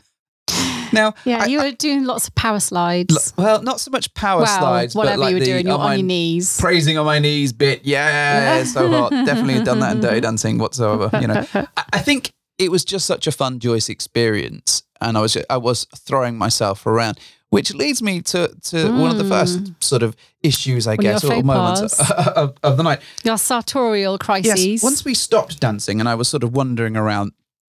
[SPEAKER 1] Now,
[SPEAKER 2] Yeah,
[SPEAKER 1] I-
[SPEAKER 2] you were doing lots of power slides.
[SPEAKER 1] l- well, not so much power
[SPEAKER 2] well,
[SPEAKER 1] slides,
[SPEAKER 2] whatever
[SPEAKER 1] but like
[SPEAKER 2] you
[SPEAKER 1] the
[SPEAKER 2] were
[SPEAKER 1] uh,
[SPEAKER 2] doing, you were
[SPEAKER 1] on
[SPEAKER 2] on
[SPEAKER 1] my-
[SPEAKER 2] your knees.
[SPEAKER 1] praising on my knees bit. Yeah, it's so hot. Definitely done that in dirty dancing whatsoever. You know, I, I think it was just such a fun, joyous experience, and I was I was throwing myself around, which leads me to to one of the first sort of issues, I
[SPEAKER 2] One of
[SPEAKER 1] guess,
[SPEAKER 2] Mm. your
[SPEAKER 1] or
[SPEAKER 2] faux
[SPEAKER 1] moments
[SPEAKER 2] pas.
[SPEAKER 1] of, of the night.
[SPEAKER 2] Your sartorial crises.
[SPEAKER 1] Yes, once we stopped dancing, and I was sort of wandering around.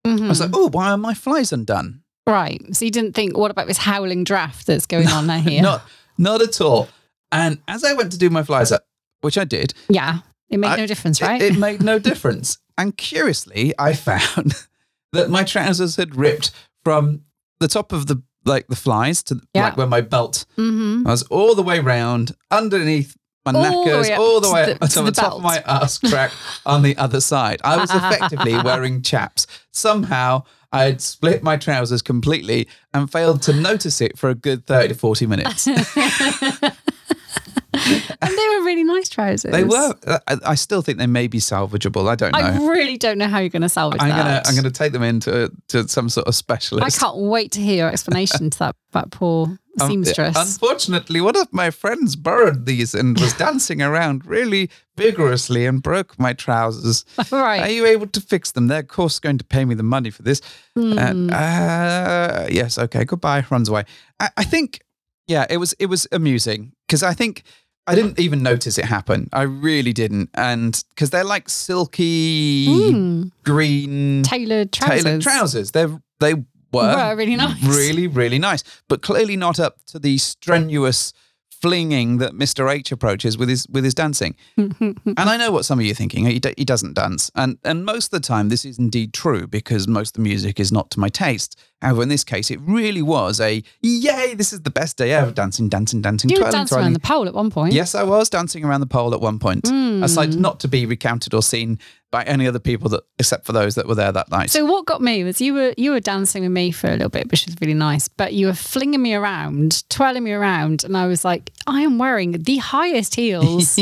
[SPEAKER 1] I was like, oh, why are my flies undone?
[SPEAKER 2] Mm-hmm. right. So you didn't think, what about this howling draft that's going on now here?
[SPEAKER 1] Not not at all. And as I went to do my flies up, which I did,
[SPEAKER 2] yeah. It made
[SPEAKER 1] I-
[SPEAKER 2] no difference, right?
[SPEAKER 1] It, it made no difference. And curiously, I found that my trousers had ripped from the top of the like the flies to
[SPEAKER 2] Yeah.
[SPEAKER 1] like where my belt
[SPEAKER 2] mm-hmm.
[SPEAKER 1] I was all the way round underneath my
[SPEAKER 2] All the
[SPEAKER 1] knackers,
[SPEAKER 2] way up
[SPEAKER 1] all the
[SPEAKER 2] to
[SPEAKER 1] way
[SPEAKER 2] the-
[SPEAKER 1] up
[SPEAKER 2] to
[SPEAKER 1] on the,
[SPEAKER 2] the
[SPEAKER 1] top of
[SPEAKER 2] belt.
[SPEAKER 1] my ass crack on the other side. I was effectively wearing chaps. Somehow I had split my trousers completely and failed to notice it for a good 30 to 40 minutes.
[SPEAKER 2] And they were really nice trousers.
[SPEAKER 1] They were, uh, I, I still think they may be salvageable. I don't know.
[SPEAKER 2] I really don't know how you're going to salvage
[SPEAKER 1] I'm gonna
[SPEAKER 2] that.
[SPEAKER 1] I'm gonna take them into to some sort of
[SPEAKER 2] I
[SPEAKER 1] specialist.
[SPEAKER 2] can't wait to hear your explanation to that, that poor
[SPEAKER 1] Um,
[SPEAKER 2] seamstress.
[SPEAKER 1] Unfortunately, one of my friends borrowed these and was dancing around really vigorously and broke my trousers.
[SPEAKER 2] right.
[SPEAKER 1] Are you able to fix them? They're of course going to pay me the money for this.
[SPEAKER 2] Hmm.
[SPEAKER 1] And, uh, yes, okay, goodbye. Runs away. I, I think, yeah, it was it was amusing because I think I didn't even notice it happen. I really didn't, and because they're like silky
[SPEAKER 2] Mm.
[SPEAKER 1] green
[SPEAKER 2] Tailored trousers.
[SPEAKER 1] tailored trousers. They they were,
[SPEAKER 2] Were really nice.
[SPEAKER 1] really really nice, but clearly not up to the strenuous flinging that Mr H approaches with his with his dancing. and I know what some of you are thinking. He, d- he doesn't dance, and and most of the time this is indeed true because most of the music is not to my taste. However, in this case, it really was a yay! This is the best day ever. Dancing, dancing, dancing,
[SPEAKER 2] You were
[SPEAKER 1] twirling,
[SPEAKER 2] dancing
[SPEAKER 1] twirling.
[SPEAKER 2] around the pole at one point. Hmm.
[SPEAKER 1] Yes, I was dancing around the pole at one point, aside not to be recounted or seen by any other people that, except for those that were there that night.
[SPEAKER 2] So what got me was you were you were dancing with me for a little bit, which was really nice. But you were flinging me around, twirling me around, and I was like, I am wearing the highest heels.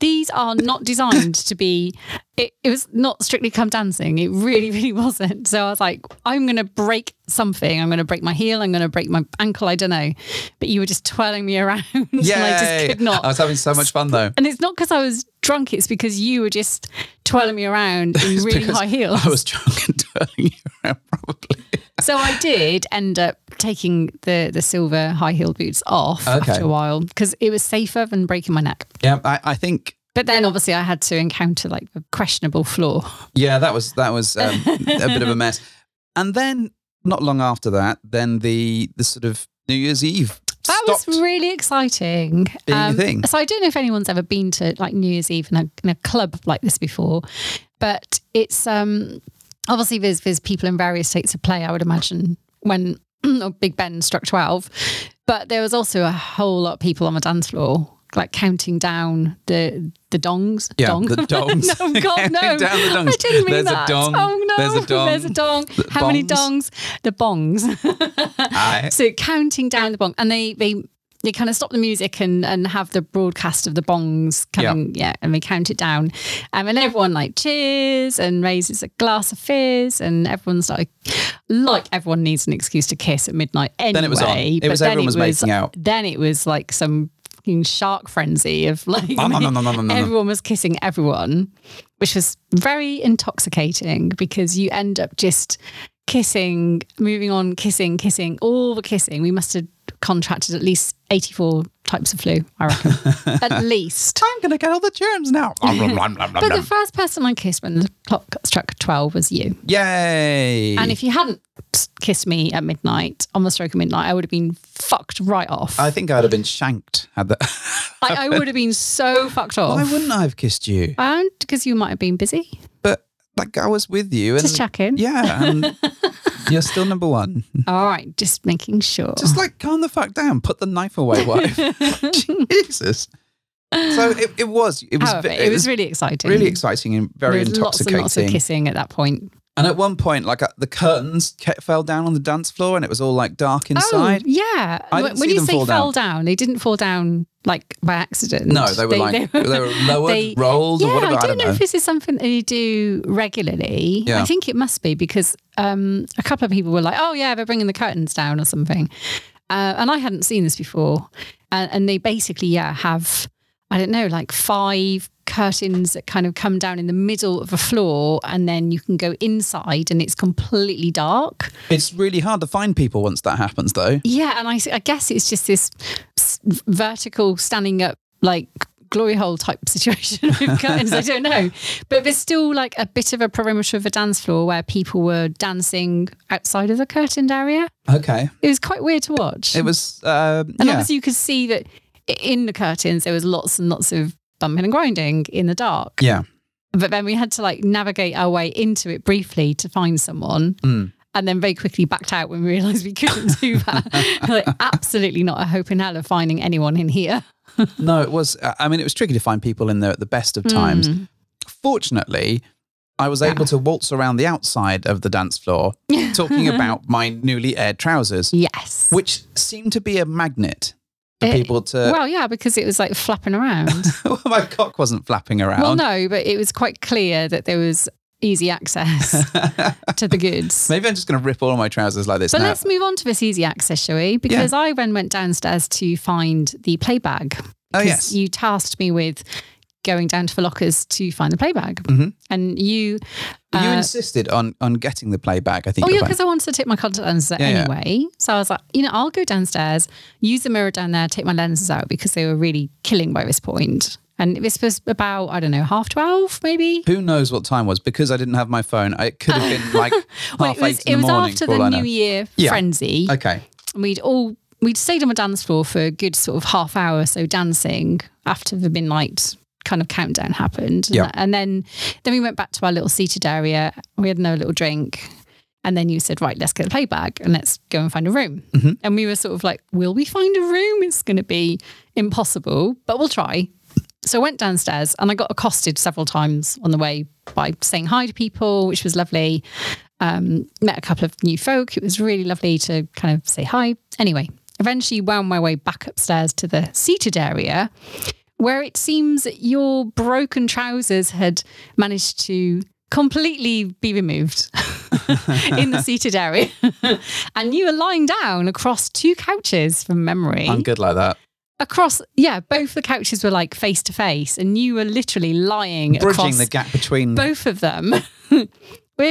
[SPEAKER 2] These are not designed to be. It, it was not strictly come dancing. It really, really wasn't. So I was like, I'm going to break something. I'm going to break my heel. I'm going to break my ankle. I don't know. But you were just twirling me around, and I just
[SPEAKER 1] Yay! Uh,
[SPEAKER 2] could not.
[SPEAKER 1] I was having so much fun though.
[SPEAKER 2] and it's not because I was drunk. It's because you were just twirling me around in really
[SPEAKER 1] because
[SPEAKER 2] high heels.
[SPEAKER 1] I was drunk and turning you around, probably.
[SPEAKER 2] So I did end up taking the the silver high heeled boots off
[SPEAKER 1] Okay.
[SPEAKER 2] after a while because it was safer than breaking my neck.
[SPEAKER 1] Yeah, I, I think
[SPEAKER 2] But then obviously I had to encounter like a questionable floor.
[SPEAKER 1] yeah that was that was um, a bit of a mess. And then not long after that, then the the sort of New Year's Eve
[SPEAKER 2] That
[SPEAKER 1] stopped.
[SPEAKER 2] was really exciting. Um,
[SPEAKER 1] Being a thing.
[SPEAKER 2] So I don't know if anyone's ever been to like New Year's Eve in a, in a club like this before, but it's um obviously there's there's people in various states of play. I would imagine when oh, Big Ben struck twelve, but there was also a whole lot of people on the dance floor. Like counting down the the dongs,
[SPEAKER 1] Yeah,
[SPEAKER 2] dong.
[SPEAKER 1] the dongs.
[SPEAKER 2] no, God, no.
[SPEAKER 1] Counting down the dongs.
[SPEAKER 2] I didn't mean
[SPEAKER 1] There's a
[SPEAKER 2] that.
[SPEAKER 1] dong,
[SPEAKER 2] Oh no,
[SPEAKER 1] there's a dong,
[SPEAKER 2] There's a dong.
[SPEAKER 1] the
[SPEAKER 2] How many
[SPEAKER 1] bongs.
[SPEAKER 2] dongs? The bongs.
[SPEAKER 1] I-
[SPEAKER 2] So counting down the bong, and they they they kind of stop the music and and have the broadcast of the bongs coming, yeah, and they count it down, um, and everyone like cheers and raises a glass of fizz, and everyone's like, like everyone needs an excuse to kiss at midnight anyway.
[SPEAKER 1] Then it was on. It
[SPEAKER 2] but
[SPEAKER 1] was-
[SPEAKER 2] then
[SPEAKER 1] everyone was making out.
[SPEAKER 2] Then it was like some fucking shark frenzy of like
[SPEAKER 1] Nom, nom, nom, nom, nom, nom, nom.
[SPEAKER 2] everyone was kissing everyone, which was very intoxicating because you end up just kissing, moving on, kissing, kissing, all the kissing. We must have contracted at least 84 types of flu, I reckon. at least.
[SPEAKER 1] I'm gonna get all the germs now. Nom, nom, nom, nom, nom,
[SPEAKER 2] But
[SPEAKER 1] nom.
[SPEAKER 2] the first person I kissed when the clock struck 12 was you.
[SPEAKER 1] Yay!
[SPEAKER 2] And if you hadn't kissed me at midnight, on the stroke of midnight, I would have been fucked right off.
[SPEAKER 1] I
[SPEAKER 2] I,
[SPEAKER 1] think I'd have been shanked had that.
[SPEAKER 2] I would have been so fucked off.
[SPEAKER 1] Why wouldn't I have kissed you?
[SPEAKER 2] And because you might have been busy.
[SPEAKER 1] But like I was with you, and
[SPEAKER 2] Just checking.
[SPEAKER 1] yeah, and you're still number one.
[SPEAKER 2] All right, just making sure.
[SPEAKER 1] Just like calm the fuck down, put the knife away, wife. Jesus. So it, it was it was
[SPEAKER 2] However,
[SPEAKER 1] ve-
[SPEAKER 2] it, was really exciting.
[SPEAKER 1] really exciting and very
[SPEAKER 2] There was
[SPEAKER 1] intoxicating.
[SPEAKER 2] Lots and lots of kissing at that point.
[SPEAKER 1] And at one point, like uh, the curtains ke- fell down on the dance floor, and it was all like dark inside.
[SPEAKER 2] Oh, yeah.
[SPEAKER 1] I
[SPEAKER 2] When-
[SPEAKER 1] didn't
[SPEAKER 2] when
[SPEAKER 1] see
[SPEAKER 2] you
[SPEAKER 1] them
[SPEAKER 2] say
[SPEAKER 1] fall
[SPEAKER 2] fell down. they didn't fall down like by accident.
[SPEAKER 1] No, they were like they, were lowered,
[SPEAKER 2] they-
[SPEAKER 1] rolled,
[SPEAKER 2] yeah,
[SPEAKER 1] or whatever.
[SPEAKER 2] I don't, know,
[SPEAKER 1] know.
[SPEAKER 2] if this is something that you do regularly.
[SPEAKER 1] Yeah.
[SPEAKER 2] I think it must be because um, a couple of people were like, "Oh yeah, they're bringing the curtains down or something," uh, and I hadn't seen this before. And, and they basically, yeah, have I don't know, like five curtains that kind of come down in the middle of a floor, and then you can go inside, and it's completely dark.
[SPEAKER 1] It's really hard to find people once that happens, though.
[SPEAKER 2] Yeah, and I, I guess it's just this s- vertical standing up like glory hole type situation with curtains. I don't know, but there's still like a bit of a perimeter of a dance floor where people were dancing outside of the curtained area.
[SPEAKER 1] Okay,
[SPEAKER 2] It was quite weird to watch,
[SPEAKER 1] it was. Um,
[SPEAKER 2] and
[SPEAKER 1] yeah.
[SPEAKER 2] obviously you could see that i- in the curtains there was lots and lots of bumping and grinding in the dark.
[SPEAKER 1] Yeah.
[SPEAKER 2] But then we had to like navigate our way into it briefly to find someone.
[SPEAKER 1] Mm.
[SPEAKER 2] And then very quickly backed out when we realised we couldn't do that. like, absolutely not a hope in hell of finding anyone in here.
[SPEAKER 1] No, it was. uh, I I mean, it was tricky to find people in there at the best of times.
[SPEAKER 2] Hmm.
[SPEAKER 1] Fortunately, I was able to waltz around the outside of the dance floor, talking about my newly aired trousers,
[SPEAKER 2] Yes. Eh,
[SPEAKER 1] which seemed to be a magnet for
[SPEAKER 2] It-
[SPEAKER 1] people to.
[SPEAKER 2] well, yeah, because it was like flapping around.
[SPEAKER 1] my cock wasn't flapping around.
[SPEAKER 2] well, no, but it was quite clear that there was easy access to the goods.
[SPEAKER 1] Maybe I'm just going to rip all my trousers like this
[SPEAKER 2] But
[SPEAKER 1] now.
[SPEAKER 2] let's move on to this easy access, shall we? Because I then went downstairs to find the play bag.
[SPEAKER 1] Oh,
[SPEAKER 2] Because
[SPEAKER 1] yes.
[SPEAKER 2] You tasked me with going down to the lockers to find the play bag.
[SPEAKER 1] Mhm.
[SPEAKER 2] And you.
[SPEAKER 1] you
[SPEAKER 2] uh,
[SPEAKER 1] insisted on on getting the playback. I think.
[SPEAKER 2] Oh yeah,
[SPEAKER 1] you're right.
[SPEAKER 2] because I wanted to take my contact lenses out
[SPEAKER 1] Yeah, yeah.
[SPEAKER 2] anyway. So I was like, you know, I'll go downstairs, use the mirror down there, take my lenses out because they were really killing by this point. And this was about I don't know half twelve maybe.
[SPEAKER 1] Who knows what time was? Because I didn't have my phone. I, it could have been like half
[SPEAKER 2] Well, it was
[SPEAKER 1] eight in the
[SPEAKER 2] it was
[SPEAKER 1] morning.
[SPEAKER 2] after
[SPEAKER 1] for all
[SPEAKER 2] the
[SPEAKER 1] I know.
[SPEAKER 2] New Year
[SPEAKER 1] Yeah.
[SPEAKER 2] frenzy.
[SPEAKER 1] Okay.
[SPEAKER 2] And we'd all we'd stayed on the dance floor for a good sort of half hour or so dancing after the midnight kind of countdown happened
[SPEAKER 1] Yeah.
[SPEAKER 2] and then then we went back to our little seated area we had another little drink and then you said right let's get a play bag and let's go and find a room and we were sort of like will we find a room it's going to be impossible but we'll try so I went downstairs and I got accosted several times on the way by saying hi to people, which was lovely. Um, met a couple of new folk. It was really lovely to kind of say hi. Anyway, eventually wound my way back upstairs to the seated area where it seems that your broken trousers had managed to completely be removed in the seated area. and you were lying down across two couches from memory
[SPEAKER 1] I'm good like that.
[SPEAKER 2] across yeah both the couches were like face to face and you were literally lying
[SPEAKER 1] Bridging
[SPEAKER 2] across
[SPEAKER 1] the gap between
[SPEAKER 2] both of them with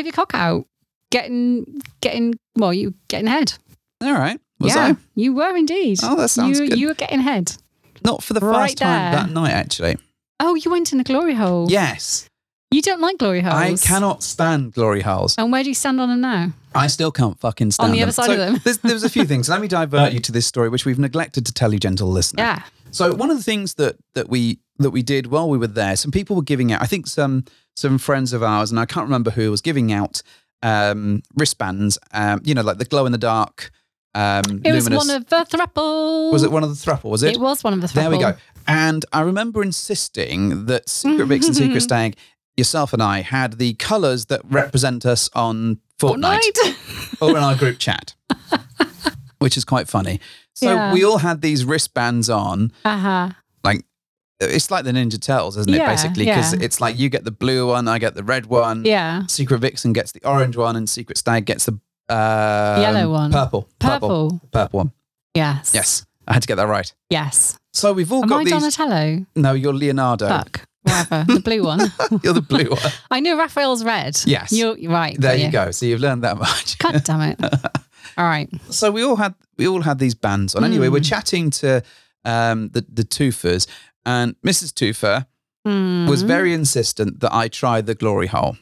[SPEAKER 2] your cock out getting getting well, you were getting head.
[SPEAKER 1] All right. Was
[SPEAKER 2] yeah,
[SPEAKER 1] I?
[SPEAKER 2] you were indeed.
[SPEAKER 1] Oh, that sounds
[SPEAKER 2] you,
[SPEAKER 1] good.
[SPEAKER 2] You were getting head.
[SPEAKER 1] Not for the
[SPEAKER 2] Right
[SPEAKER 1] first time
[SPEAKER 2] there.
[SPEAKER 1] that night, actually.
[SPEAKER 2] Oh, you went in the glory hole.
[SPEAKER 1] Yes.
[SPEAKER 2] You don't like glory holes.
[SPEAKER 1] I cannot stand glory holes.
[SPEAKER 2] And where do you stand on them now?
[SPEAKER 1] I still can't fucking stand
[SPEAKER 2] the
[SPEAKER 1] them.
[SPEAKER 2] other side of them.
[SPEAKER 1] there's, there's a few things. Let me divert you to this story, which we've neglected to tell you, gentle listener.
[SPEAKER 2] Yeah.
[SPEAKER 1] So one of the things that that we that we did while we were there, some people were giving out. I think some some friends of ours, and I can't remember who, was giving out um, wristbands. Um, you know, like the glow in the dark. Um,
[SPEAKER 2] It
[SPEAKER 1] luminous.
[SPEAKER 2] was one of the thruple.
[SPEAKER 1] Was it one of the thruple? Was it?
[SPEAKER 2] It was one of the thruple.
[SPEAKER 1] there we go. And I remember insisting that Secret Vix and Secret Stag, yourself and I, had the colours that represent us on Fortnite
[SPEAKER 2] Fortnite.
[SPEAKER 1] or in our group chat, which is quite funny. So
[SPEAKER 2] Yeah.
[SPEAKER 1] we all had these wristbands on
[SPEAKER 2] uh-huh.
[SPEAKER 1] like it's like the Ninja Turtles, isn't it?
[SPEAKER 2] Yeah,
[SPEAKER 1] Basically, because
[SPEAKER 2] yeah.
[SPEAKER 1] it's like you get the blue one, I get the red one.
[SPEAKER 2] Yeah.
[SPEAKER 1] Secret Vixen gets the orange one, and Secret Stag gets the um,
[SPEAKER 2] Yellow one.
[SPEAKER 1] purple, purple,
[SPEAKER 2] Purple.
[SPEAKER 1] purple one.
[SPEAKER 2] Yes.
[SPEAKER 1] Yes, I had to get that right.
[SPEAKER 2] Yes.
[SPEAKER 1] So we've all
[SPEAKER 2] Am
[SPEAKER 1] got
[SPEAKER 2] I Ah.
[SPEAKER 1] these.
[SPEAKER 2] Donatello?
[SPEAKER 1] No, you're Leonardo.
[SPEAKER 2] Fuck. Whatever. the blue one.
[SPEAKER 1] You're the blue one.
[SPEAKER 2] I knew Raphael's red.
[SPEAKER 1] Yes.
[SPEAKER 2] You're right.
[SPEAKER 1] There
[SPEAKER 2] yeah.
[SPEAKER 1] you go. So you've learned that much.
[SPEAKER 2] God damn it. All right.
[SPEAKER 1] so we all had we all had these bands on. Anyway, we're
[SPEAKER 2] Mm.
[SPEAKER 1] chatting to um, the the Toofers, and Mrs. Toofer was
[SPEAKER 2] Mm.
[SPEAKER 1] very insistent that I try the glory hole.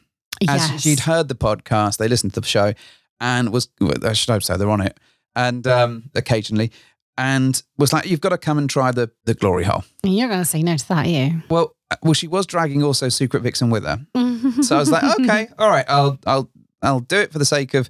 [SPEAKER 1] as
[SPEAKER 2] yes.
[SPEAKER 1] she'd heard the podcast, they listened to the show, and was well, I should hope so they're on it, and um, occasionally, and was like, "You've got to come and try the the glory hole."
[SPEAKER 2] You're going to say no to that, are you?
[SPEAKER 1] Well, uh, well, she was dragging also Secret Vixen with her, so I was like, "Okay, all right, I'll I'll I'll do it for the sake of."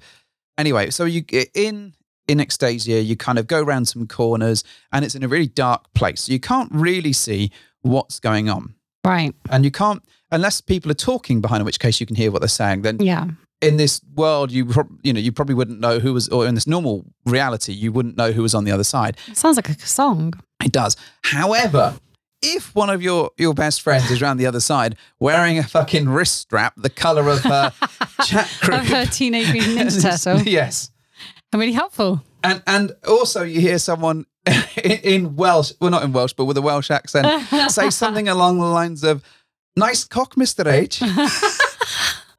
[SPEAKER 1] Anyway, so you in in Extasia, you kind of go around some corners, and it's in a really dark place. You can't really see what's going on,
[SPEAKER 2] Right.
[SPEAKER 1] and you can't unless people are talking behind, in which case you can hear what they're saying. Then
[SPEAKER 2] Yeah.
[SPEAKER 1] in this world, you prob- you know you probably wouldn't know who was, or in this normal reality, you wouldn't know who was on the other side.
[SPEAKER 2] Sounds like a song.
[SPEAKER 1] It does. However, if one of your your best friends is around the other side wearing a fucking wrist strap the color of her chat
[SPEAKER 2] I've
[SPEAKER 1] group,
[SPEAKER 2] heard Teenage Mutant Ninja Turtle.
[SPEAKER 1] yes,
[SPEAKER 2] Really helpful.
[SPEAKER 1] and and also you hear someone in, in Welsh, well not in Welsh, but with a Welsh accent, say something along the lines of "Nice cock, Mister H."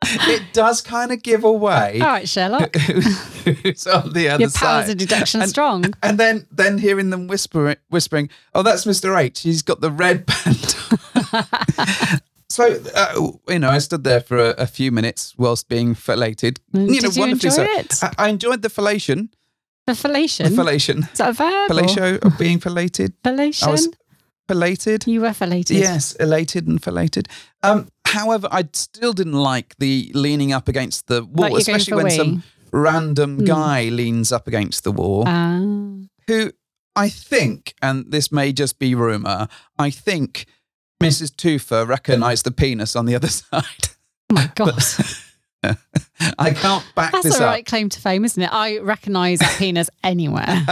[SPEAKER 1] it does kind of give away.
[SPEAKER 2] All right, Sherlock.
[SPEAKER 1] who's, who's on the other
[SPEAKER 2] Oh. Your powers of
[SPEAKER 1] side.
[SPEAKER 2] deduction are
[SPEAKER 1] And-
[SPEAKER 2] strong.
[SPEAKER 1] And then, then hearing them whispering, whispering, "Oh, that's Mister H. He's got the red band." on." so, uh, you know, I stood there for a, a few minutes whilst being fellated.
[SPEAKER 2] Mm,
[SPEAKER 1] you know,
[SPEAKER 2] did you
[SPEAKER 1] wonderfully
[SPEAKER 2] enjoy
[SPEAKER 1] so.
[SPEAKER 2] it?
[SPEAKER 1] I, I enjoyed the fellation,
[SPEAKER 2] The
[SPEAKER 1] the
[SPEAKER 2] fellation.
[SPEAKER 1] fellation,
[SPEAKER 2] Is that a verb? or-
[SPEAKER 1] fellatio of being fellated.
[SPEAKER 2] Fellation.
[SPEAKER 1] I was fellated.
[SPEAKER 2] You were fellated.
[SPEAKER 1] Yes, elated and fellated. Um, however, I still didn't like the leaning up against the wall,
[SPEAKER 2] Like you're going
[SPEAKER 1] especially
[SPEAKER 2] for
[SPEAKER 1] when
[SPEAKER 2] a Hmm.
[SPEAKER 1] some random guy leans up against the wall.
[SPEAKER 2] Ah.
[SPEAKER 1] who I think, and this may just be rumor, I think Mrs. Toofer recognised the penis on the other side.
[SPEAKER 2] Oh my God.
[SPEAKER 1] I can't back
[SPEAKER 2] That's
[SPEAKER 1] this
[SPEAKER 2] a
[SPEAKER 1] up.
[SPEAKER 2] right claim to fame, isn't it? I recognise that penis anywhere.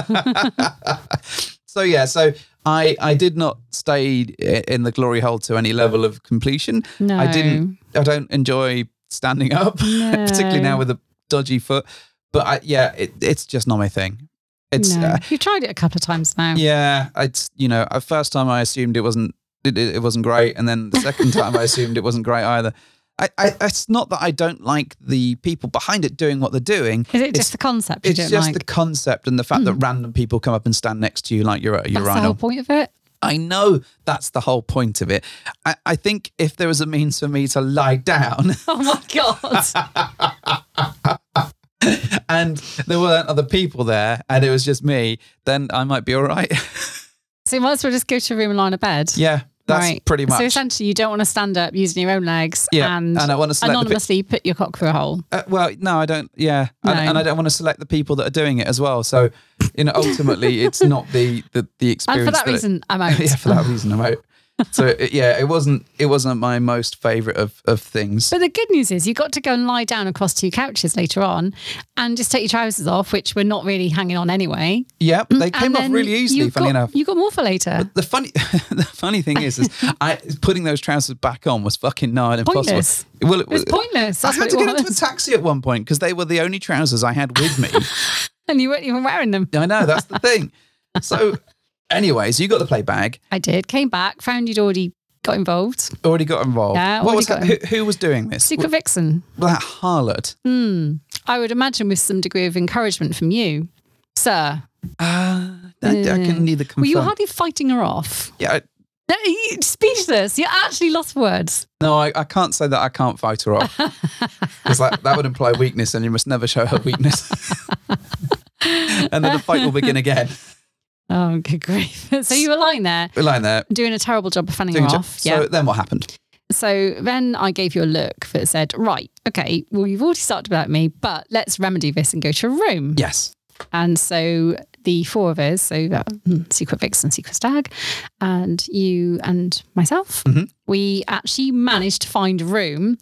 [SPEAKER 1] So yeah, so I I did not stay i- in the glory hole to any level of completion.
[SPEAKER 2] No.
[SPEAKER 1] I didn't. I don't enjoy standing up, particularly
[SPEAKER 2] No.
[SPEAKER 1] now with a dodgy foot. But I, yeah, it, it's just not my thing. It's
[SPEAKER 2] No.
[SPEAKER 1] uh,
[SPEAKER 2] You've tried it a couple of times now.
[SPEAKER 1] Yeah, it's you know, at first time I assumed it wasn't it, it it wasn't great, and then the second time I assumed it wasn't great either. I, I it's not that I don't like the people behind it doing what they're doing.
[SPEAKER 2] Is it
[SPEAKER 1] It's-
[SPEAKER 2] just the concept you
[SPEAKER 1] It's
[SPEAKER 2] don't
[SPEAKER 1] just
[SPEAKER 2] like? Hmm.
[SPEAKER 1] the concept and the fact that random people come up and stand next to you like you're at a
[SPEAKER 2] That's the
[SPEAKER 1] urinal.
[SPEAKER 2] whole point of it.
[SPEAKER 1] I know that's the whole point of it. I, I think if there was a means for me to lie down
[SPEAKER 2] Oh my God.
[SPEAKER 1] and there weren't other people there and it was just me, then I might be all right.
[SPEAKER 2] so you might as well just go to a room and lie on a bed.
[SPEAKER 1] yeah, that's
[SPEAKER 2] Right.
[SPEAKER 1] pretty much.
[SPEAKER 2] So essentially, you don't want to stand up using your own legs
[SPEAKER 1] yeah,
[SPEAKER 2] and,
[SPEAKER 1] and, I want to select the, pi-
[SPEAKER 2] anonymously put your cock through a hole.
[SPEAKER 1] Uh, well, no, I don't. Yeah, and,
[SPEAKER 2] No.
[SPEAKER 1] and I don't want to select the people that are doing it as well. So, you know, ultimately, it's not the the, the
[SPEAKER 2] And
[SPEAKER 1] experience.
[SPEAKER 2] for that
[SPEAKER 1] it-
[SPEAKER 2] reason, I'm out.
[SPEAKER 1] yeah, for that reason, I'm out. So, it- yeah, it wasn't it wasn't my most favourite of of things.
[SPEAKER 2] But the good news is you got to go and lie down across two couches later on and just take your trousers off, which were not really hanging on anyway.
[SPEAKER 1] Yeah, they came
[SPEAKER 2] mm, And
[SPEAKER 1] off
[SPEAKER 2] then
[SPEAKER 1] really easily.
[SPEAKER 2] you
[SPEAKER 1] Funny
[SPEAKER 2] got,
[SPEAKER 1] enough.
[SPEAKER 2] You got more for later.
[SPEAKER 1] The funny, the funny thing is, is I putting those trousers back on was fucking nigh on impossible.
[SPEAKER 2] Pointless.
[SPEAKER 1] Well, it
[SPEAKER 2] It was pointless.
[SPEAKER 1] I
[SPEAKER 2] That's
[SPEAKER 1] had
[SPEAKER 2] what
[SPEAKER 1] to
[SPEAKER 2] it
[SPEAKER 1] get into a
[SPEAKER 2] was.
[SPEAKER 1] taxi at one point because they were the only trousers I had with me.
[SPEAKER 2] and you weren't even wearing them.
[SPEAKER 1] I know that's the thing. So, anyways, you got the play bag.
[SPEAKER 2] I did. Came back, found you'd already got involved.
[SPEAKER 1] Already got involved.
[SPEAKER 2] Yeah,
[SPEAKER 1] what
[SPEAKER 2] already
[SPEAKER 1] was
[SPEAKER 2] got
[SPEAKER 1] that? Who, who was doing this?
[SPEAKER 2] Secret Vixen.
[SPEAKER 1] Well, that harlot.
[SPEAKER 2] Hmm. I would imagine with some degree of encouragement from you, sir.
[SPEAKER 1] Uh, I, I can neither confirm.
[SPEAKER 2] Were Mm. you hardly fighting her off?
[SPEAKER 1] yeah, I-
[SPEAKER 2] No, you- Speechless. You actually lost words.
[SPEAKER 1] no, I, I can't say that I can't fight her off because that, that would imply weakness, and you must never show her weakness. and then the fight will begin again.
[SPEAKER 2] Oh, good grief. So you were lying there
[SPEAKER 1] We're lying there.
[SPEAKER 2] doing a terrible job of fanning
[SPEAKER 1] doing
[SPEAKER 2] her
[SPEAKER 1] jo-
[SPEAKER 2] off.
[SPEAKER 1] So then what happened?
[SPEAKER 2] So then I gave you a look that said, right, okay, well, you've already started about me, but let's remedy this and go to a room.
[SPEAKER 1] Yes.
[SPEAKER 2] And so the four of us, so uh,
[SPEAKER 1] Mm-hmm.
[SPEAKER 2] mm, Secret Vix and Secret Stag, and you and myself,
[SPEAKER 1] Mhm.
[SPEAKER 2] we actually managed to find a room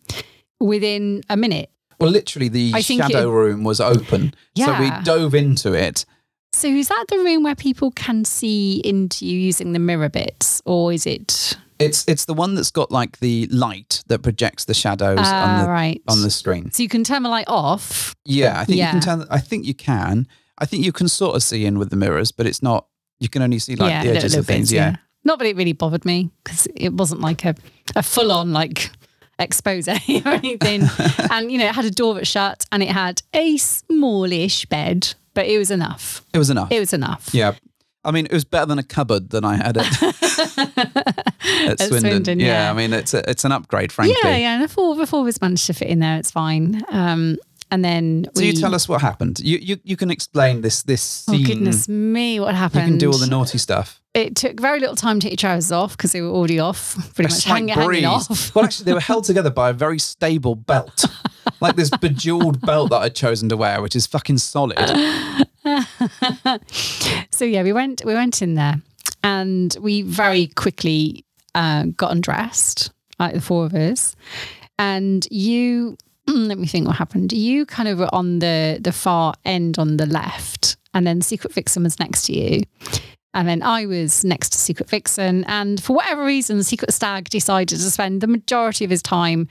[SPEAKER 2] within a minute.
[SPEAKER 1] Well, literally, the
[SPEAKER 2] I think
[SPEAKER 1] shadow
[SPEAKER 2] it-
[SPEAKER 1] room was open. So
[SPEAKER 2] Yeah.
[SPEAKER 1] we dove into it.
[SPEAKER 2] So is that the room where people can see into you using the mirror bits, or is it?
[SPEAKER 1] It's it's the one that's got like the light that projects the shadows on
[SPEAKER 2] Ah,
[SPEAKER 1] the
[SPEAKER 2] right.
[SPEAKER 1] on the screen.
[SPEAKER 2] so you can turn the light off.
[SPEAKER 1] Yeah, I think
[SPEAKER 2] Yeah.
[SPEAKER 1] you can turn. I think you can. I think you can sort of see in with the mirrors, but it's not. You can only see like the
[SPEAKER 2] little-
[SPEAKER 1] edges
[SPEAKER 2] little
[SPEAKER 1] of things.
[SPEAKER 2] bits,
[SPEAKER 1] yeah.
[SPEAKER 2] Not that it really bothered me because it wasn't like a, a full on like expose or anything. and, you know, it had a door that shut and it had a smallish bed, but it was enough.
[SPEAKER 1] it was enough.
[SPEAKER 2] It was enough.
[SPEAKER 1] yeah, I mean, it was better than a cupboard than I had at, at, Swindon.
[SPEAKER 2] Swindon, yeah.
[SPEAKER 1] I mean, it's a, it's an upgrade, frankly.
[SPEAKER 2] Yeah, yeah. The four, the four of us managed to fit in there. It's fine. Um, and then
[SPEAKER 1] So
[SPEAKER 2] we,
[SPEAKER 1] you tell us what happened. You you you can explain this this
[SPEAKER 2] Oh,
[SPEAKER 1] scene.
[SPEAKER 2] goodness me, what
[SPEAKER 1] you
[SPEAKER 2] happened?
[SPEAKER 1] can do all the naughty stuff.
[SPEAKER 2] it took very little time to take your trousers off because they were already off, pretty much
[SPEAKER 1] slight
[SPEAKER 2] hanging, hanging off.
[SPEAKER 1] well, actually, they were held together by a very stable belt, like this bejeweled belt that I'd chosen to wear, which is fucking solid.
[SPEAKER 2] So yeah, we went we went in there, and we very quickly uh, got undressed, like the four of us. And you, let me think what happened. You kind of were on the the far end on the left, and then Secret Vixen was next to you. And then I was next to Secret Vixen, and for whatever reason, Secret Stag decided to spend the majority of his time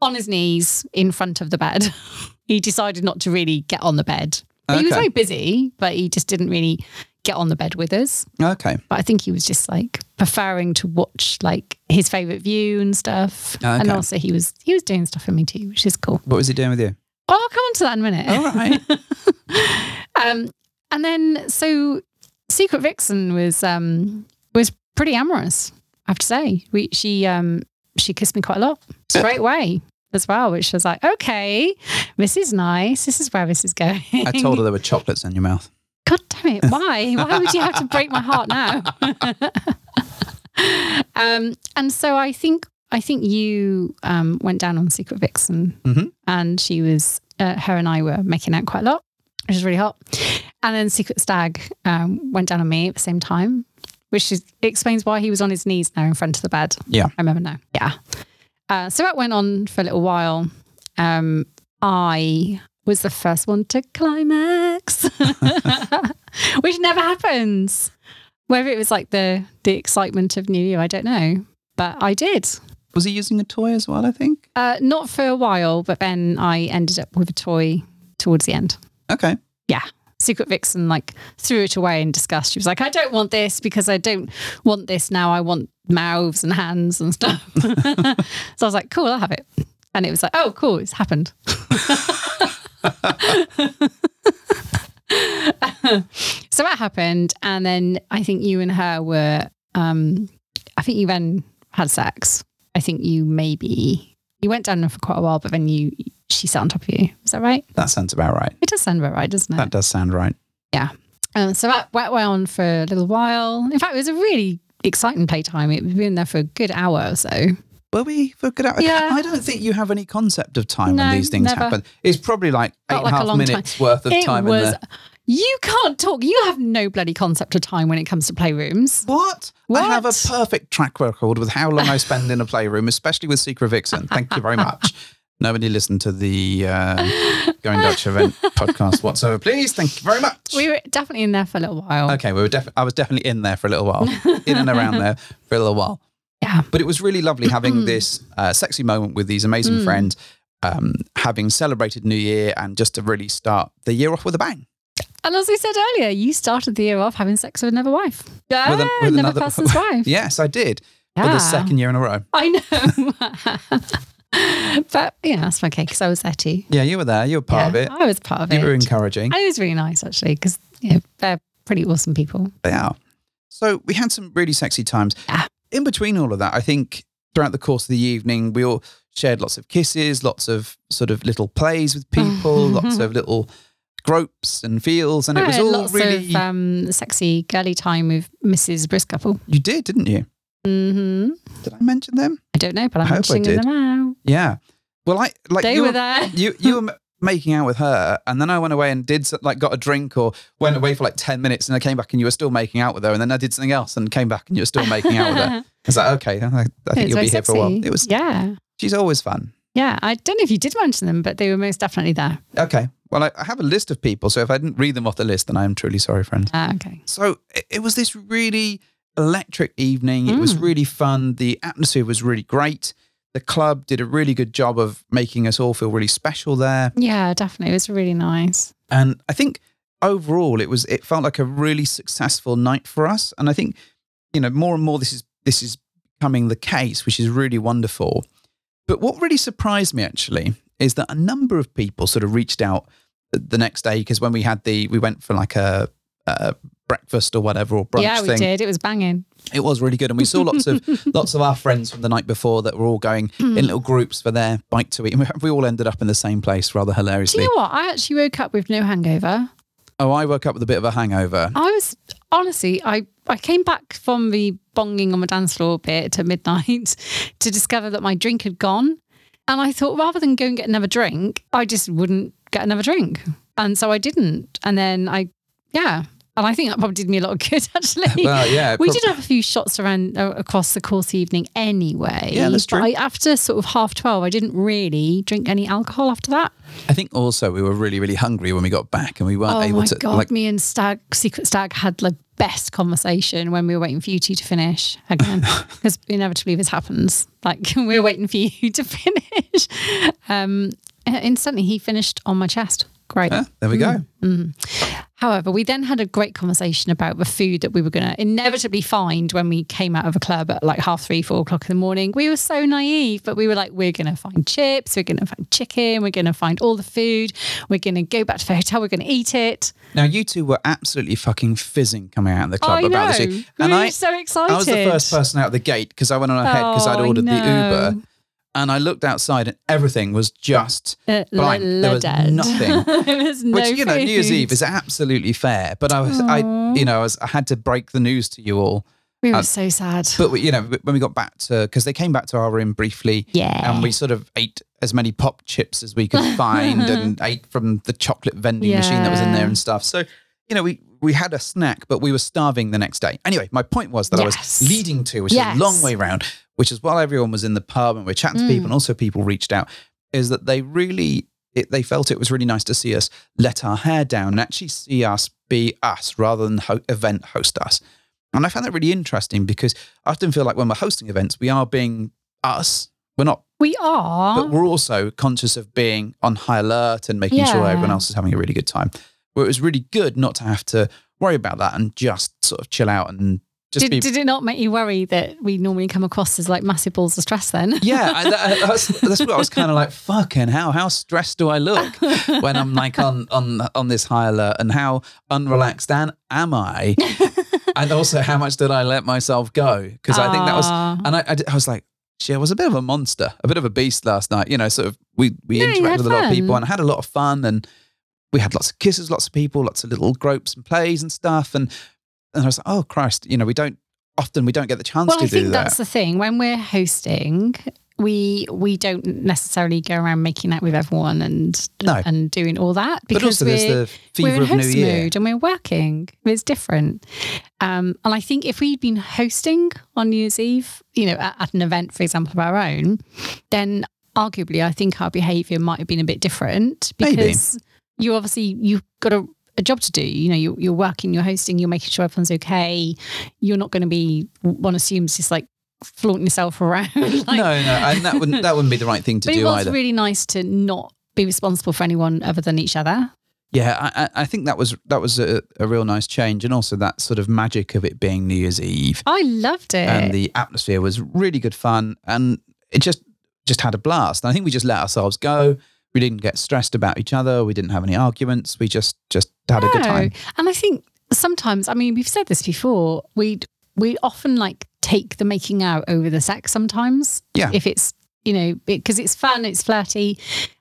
[SPEAKER 2] on his knees in front of the bed. he decided not to really get on the bed. But He was
[SPEAKER 1] Okay.
[SPEAKER 2] very busy, but he just didn't really get on the bed with us.
[SPEAKER 1] Okay.
[SPEAKER 2] But I think he was just like preferring to watch like his favorite view and stuff. And
[SPEAKER 1] Okay.
[SPEAKER 2] also he was he was doing stuff for me too, which is cool.
[SPEAKER 1] What was he doing with you?
[SPEAKER 2] Oh, I'll come on to that in a minute.
[SPEAKER 1] All right.
[SPEAKER 2] Um, and then so Secret Vixen was um was pretty amorous, I have to say. We she um she kissed me quite a lot straight away as well, which was like, okay, this is nice. This is where this is going.
[SPEAKER 1] I told her there were chocolates in your mouth.
[SPEAKER 2] God damn it. Why? Why would you have to break my heart now? um, and so I think I think you um, went down on Secret Vixen
[SPEAKER 1] Mhm.
[SPEAKER 2] and she was uh, her and I were making out quite a lot, which is really hot. And then Secret Stag um, went down on me at the same time, which is, explains why he was on his knees now in front of the bed.
[SPEAKER 1] Yeah.
[SPEAKER 2] I remember now. Yeah. Uh, so that went on for a little while. Um, I was the first one to climax, which never happens. Whether it was like the the excitement of New Year, I don't know, but I did.
[SPEAKER 1] Was he using a toy as well? I think.
[SPEAKER 2] Uh, not for a while, but then I ended up with a toy towards the end.
[SPEAKER 1] Okay.
[SPEAKER 2] Secret Vixen like threw it away in disgust. She was like, "I don't want this because I don't want this now. I want mouths and hands and stuff." so I was like, "Cool, I'll have it." And it was like, "Oh, cool, it's happened." so that happened, and then I think you and her were. Um, I think you then had sex. I think you maybe you went down for quite a while, but then you she sat on top of you. Is that right?
[SPEAKER 1] That sounds about right.
[SPEAKER 2] It does sound about right, doesn't it?
[SPEAKER 1] That does sound right.
[SPEAKER 2] Um, so that went went on for a little while. In fact, it was a really exciting playtime. It was been there for a good hour or so.
[SPEAKER 1] Were we for good hour?
[SPEAKER 2] Yeah.
[SPEAKER 1] I don't think you have any concept of time
[SPEAKER 2] No,
[SPEAKER 1] when these things
[SPEAKER 2] never.
[SPEAKER 1] happen. It's probably like eight and
[SPEAKER 2] Felt
[SPEAKER 1] a
[SPEAKER 2] like a
[SPEAKER 1] half
[SPEAKER 2] long time.
[SPEAKER 1] minutes worth of
[SPEAKER 2] it
[SPEAKER 1] time in
[SPEAKER 2] was.
[SPEAKER 1] there.
[SPEAKER 2] You can't talk. You have no bloody concept of time when it comes to playrooms.
[SPEAKER 1] What? I have a
[SPEAKER 2] What?
[SPEAKER 1] perfect track record with how long I spend in a playroom, especially with Secret Vixen. Thank you very much. Nobody listened to the uh, Going Dutch event podcast whatsoever. Please, thank you very much.
[SPEAKER 2] We were definitely in there for a little while.
[SPEAKER 1] okay, we were defi- I was definitely in there for a little while, in and around there for a little while.
[SPEAKER 2] Yeah. Mm-hmm.
[SPEAKER 1] But it was really lovely having this uh, sexy moment with these amazing
[SPEAKER 2] Mm.
[SPEAKER 1] friends, um, having celebrated New Year and just to really start the year off with a bang.
[SPEAKER 2] And as we said earlier, you started the year off having sex with another wife. Yeah,
[SPEAKER 1] With an- with
[SPEAKER 2] another
[SPEAKER 1] another-
[SPEAKER 2] person's wife.
[SPEAKER 1] Yes, I did. For the
[SPEAKER 2] Yeah.
[SPEAKER 1] second year in a row.
[SPEAKER 2] I know. but yeah, that's okay because I was there too.
[SPEAKER 1] Yeah, you were there. You were part
[SPEAKER 2] yeah,
[SPEAKER 1] of it.
[SPEAKER 2] I was part of
[SPEAKER 1] You
[SPEAKER 2] it.
[SPEAKER 1] were encouraging.
[SPEAKER 2] And it was really nice actually because yeah, they're pretty awesome people.
[SPEAKER 1] They are. So we had some really sexy times.
[SPEAKER 2] Yeah.
[SPEAKER 1] In between all of that, I think throughout the course of the evening, we all shared lots of kisses, lots of sort of little plays with
[SPEAKER 2] Mm-hmm.
[SPEAKER 1] people, lots of little gropes and feels, and it
[SPEAKER 2] I
[SPEAKER 1] was
[SPEAKER 2] had
[SPEAKER 1] all
[SPEAKER 2] lots
[SPEAKER 1] really.
[SPEAKER 2] of um, sexy girly time with Mrs. Briscouple.
[SPEAKER 1] you did, didn't you?
[SPEAKER 2] hmm
[SPEAKER 1] Did I mention them?
[SPEAKER 2] I don't know, but I'm
[SPEAKER 1] Mm-hmm. I hope I
[SPEAKER 2] mentioning them now.
[SPEAKER 1] Yeah. Well, I like
[SPEAKER 2] they
[SPEAKER 1] you
[SPEAKER 2] were
[SPEAKER 1] were-
[SPEAKER 2] there.
[SPEAKER 1] you you were m- making out with her, and then I went away and did so- like got a drink or went away for like ten minutes, and I came back and you were still making out with her, and then I did something else and came back and you were still making out with her. I was like, okay, I, I think
[SPEAKER 2] It was
[SPEAKER 1] you'll
[SPEAKER 2] very
[SPEAKER 1] be here for a while.
[SPEAKER 2] sexy.
[SPEAKER 1] It was
[SPEAKER 2] yeah,
[SPEAKER 1] she's always fun.
[SPEAKER 2] yeah. I don't know if you did mention them, but they were most definitely there.
[SPEAKER 1] Okay, well I, I have a list of people, so if I didn't read them off the list, then I am truly sorry, friend.
[SPEAKER 2] Ah, okay.
[SPEAKER 1] So it, it was this really electric evening. It was really fun. The atmosphere was really great. The club did a really good job of making us all feel really special there.
[SPEAKER 2] Yeah, definitely. It was really nice.
[SPEAKER 1] and I think overall it was it felt like a really successful night for us and I think you know more and more this is this is becoming the case which is really wonderful but what really surprised me actually is that a number of people sort of reached out the next day because when we had the we went for like a, a breakfast or whatever or brunch
[SPEAKER 2] yeah, we
[SPEAKER 1] thing
[SPEAKER 2] did. It was banging.
[SPEAKER 1] it was really good and we saw lots of lots of our friends from the night before that were all going
[SPEAKER 2] Mm.
[SPEAKER 1] in little groups for their bite to eat and we, we all ended up in the same place rather
[SPEAKER 2] Do
[SPEAKER 1] hilariously
[SPEAKER 2] you know what? I actually woke up with no hangover.
[SPEAKER 1] oh I woke up with a bit of a hangover
[SPEAKER 2] I was honestly, I, I came back from the bonging on the dance floor bit to midnight to discover that my drink had gone. And I thought rather than go and get another drink, I just wouldn't get another drink. And so I didn't. And then I, yeah. And I think that probably did me a lot of good actually.
[SPEAKER 1] Well, yeah, it
[SPEAKER 2] We
[SPEAKER 1] prob-
[SPEAKER 2] did have a few shots around uh, across the course of the evening anyway.
[SPEAKER 1] Yeah, that's
[SPEAKER 2] But
[SPEAKER 1] true.
[SPEAKER 2] I, after sort of half 12, I didn't really drink any alcohol after that.
[SPEAKER 1] I think also we were really, really hungry when we got back and we weren't
[SPEAKER 2] Oh
[SPEAKER 1] able
[SPEAKER 2] my
[SPEAKER 1] to
[SPEAKER 2] god!
[SPEAKER 1] like
[SPEAKER 2] me and Stag, Secret Stag, had the best conversation when we were waiting for you two to finish again, because inevitably this happens. Like we were waiting for you to finish. Um, uh, instantly, he finished on my chest. Great.
[SPEAKER 1] "Huh, there we go.
[SPEAKER 2] Hmm. However, we then had a great conversation about the food that we were going to inevitably find when we came out of a club at like half three, four o'clock in the morning. We were so naive, but we were like, we're going to find chips, we're going to find chicken, we're going to find all the food, we're going to go back to the hotel, we're going to eat it.
[SPEAKER 1] Now you two were absolutely fucking fizzing coming out of the club
[SPEAKER 2] I
[SPEAKER 1] about
[SPEAKER 2] know.
[SPEAKER 1] this. year.
[SPEAKER 2] we
[SPEAKER 1] And
[SPEAKER 2] were
[SPEAKER 1] I
[SPEAKER 2] so excited.
[SPEAKER 1] I was the first person out of the gate because I went on ahead because I'd
[SPEAKER 2] Oh, I
[SPEAKER 1] ordered the
[SPEAKER 2] know.
[SPEAKER 1] Uber. And I looked outside and everything was just
[SPEAKER 2] Uh,
[SPEAKER 1] blind.
[SPEAKER 2] la-
[SPEAKER 1] there was
[SPEAKER 2] la-dead.
[SPEAKER 1] nothing.
[SPEAKER 2] There was no
[SPEAKER 1] Which, you know, New Year's
[SPEAKER 2] food.
[SPEAKER 1] Eve is absolutely fair. But I was I you know, I was I had to break the news to you all.
[SPEAKER 2] We were so sad.
[SPEAKER 1] uh, But we, you know, when we got back to because they came back to our room briefly,
[SPEAKER 2] Yeah.
[SPEAKER 1] and we sort of ate as many pop chips as we could find, and ate from the chocolate vending machine that was in there
[SPEAKER 2] Yeah.
[SPEAKER 1] and stuff. So, you know, we we had a snack, but we were starving the next day. Anyway, my point was that
[SPEAKER 2] Yes.
[SPEAKER 1] I was leading to, which
[SPEAKER 2] Yes.
[SPEAKER 1] is a long way round, which is while everyone was in the pub and we are chatting
[SPEAKER 2] Mm.
[SPEAKER 1] to people, and also people reached out, is that they really. It, they felt it was really nice to see us let our hair down and actually see us be us rather than ho- event host us. And I found that really interesting because I often feel like when we're hosting events, we are being us. We're not,
[SPEAKER 2] we are.
[SPEAKER 1] but we're also conscious of being on high alert and making sure
[SPEAKER 2] Yeah.
[SPEAKER 1] everyone else is having a really good time. Where it was really good not to have to worry about that and just sort of chill out and just
[SPEAKER 2] did,
[SPEAKER 1] be.
[SPEAKER 2] did it not make you worry that we normally come across as like massive balls of stress then?
[SPEAKER 1] yeah, I, that, that's, that's what I was kind of like. Fucking how how stressed do I look when I'm like on on on this high alert, and how unrelaxed and am I? and also, how much did I let myself go? Because I think that was
[SPEAKER 2] Ah.
[SPEAKER 1] And I, I, d- I was like, she was a bit of a monster, a bit of a beast last night. You know, sort of we we
[SPEAKER 2] Yeah, you
[SPEAKER 1] interacted
[SPEAKER 2] had
[SPEAKER 1] with a lot of people
[SPEAKER 2] fun.
[SPEAKER 1] and I had a lot of fun and we had lots of kisses, lots of people, lots of little gropes and plays and stuff. And and I was like, oh Christ, you know, we don't often we don't get the chance
[SPEAKER 2] Well,
[SPEAKER 1] to
[SPEAKER 2] I
[SPEAKER 1] do
[SPEAKER 2] think
[SPEAKER 1] that.
[SPEAKER 2] that's the thing. When we're hosting, we we don't necessarily go around making out with everyone and
[SPEAKER 1] No.
[SPEAKER 2] and doing all that
[SPEAKER 1] but
[SPEAKER 2] because
[SPEAKER 1] also there's
[SPEAKER 2] we're-
[SPEAKER 1] the fever
[SPEAKER 2] we're
[SPEAKER 1] of
[SPEAKER 2] in
[SPEAKER 1] New
[SPEAKER 2] host
[SPEAKER 1] Year.
[SPEAKER 2] mood and we're working. It's different. Um, and I think if we'd been hosting on New Year's Eve, you know, at, at an event, for example, of our own, then arguably I think our behaviour might have been a bit different
[SPEAKER 1] Maybe.
[SPEAKER 2] because you obviously you've got a, a job to do. You know, you, you're working, you're hosting, you're making sure everyone's okay. You're not going to be one assumes just like flaunting yourself around. like,
[SPEAKER 1] no, no, and that wouldn't that wouldn't be the right thing to
[SPEAKER 2] but it
[SPEAKER 1] do
[SPEAKER 2] was
[SPEAKER 1] either.
[SPEAKER 2] really nice to not be responsible for anyone other than each other.
[SPEAKER 1] yeah, I, I- I think that was that was a, a real nice change, and also that sort of magic of it being New Year's Eve.
[SPEAKER 2] I loved it.
[SPEAKER 1] and the atmosphere was really good fun and it just just had a blast. And I think we just let ourselves go. We didn't get stressed about each other. We didn't have any arguments. We just just had a good
[SPEAKER 2] No.
[SPEAKER 1] time.
[SPEAKER 2] And I think sometimes, I mean, we've said this before. We we often like take the making out over the sex sometimes.
[SPEAKER 1] Yeah.
[SPEAKER 2] If it's you know because it's fun, it's flirty,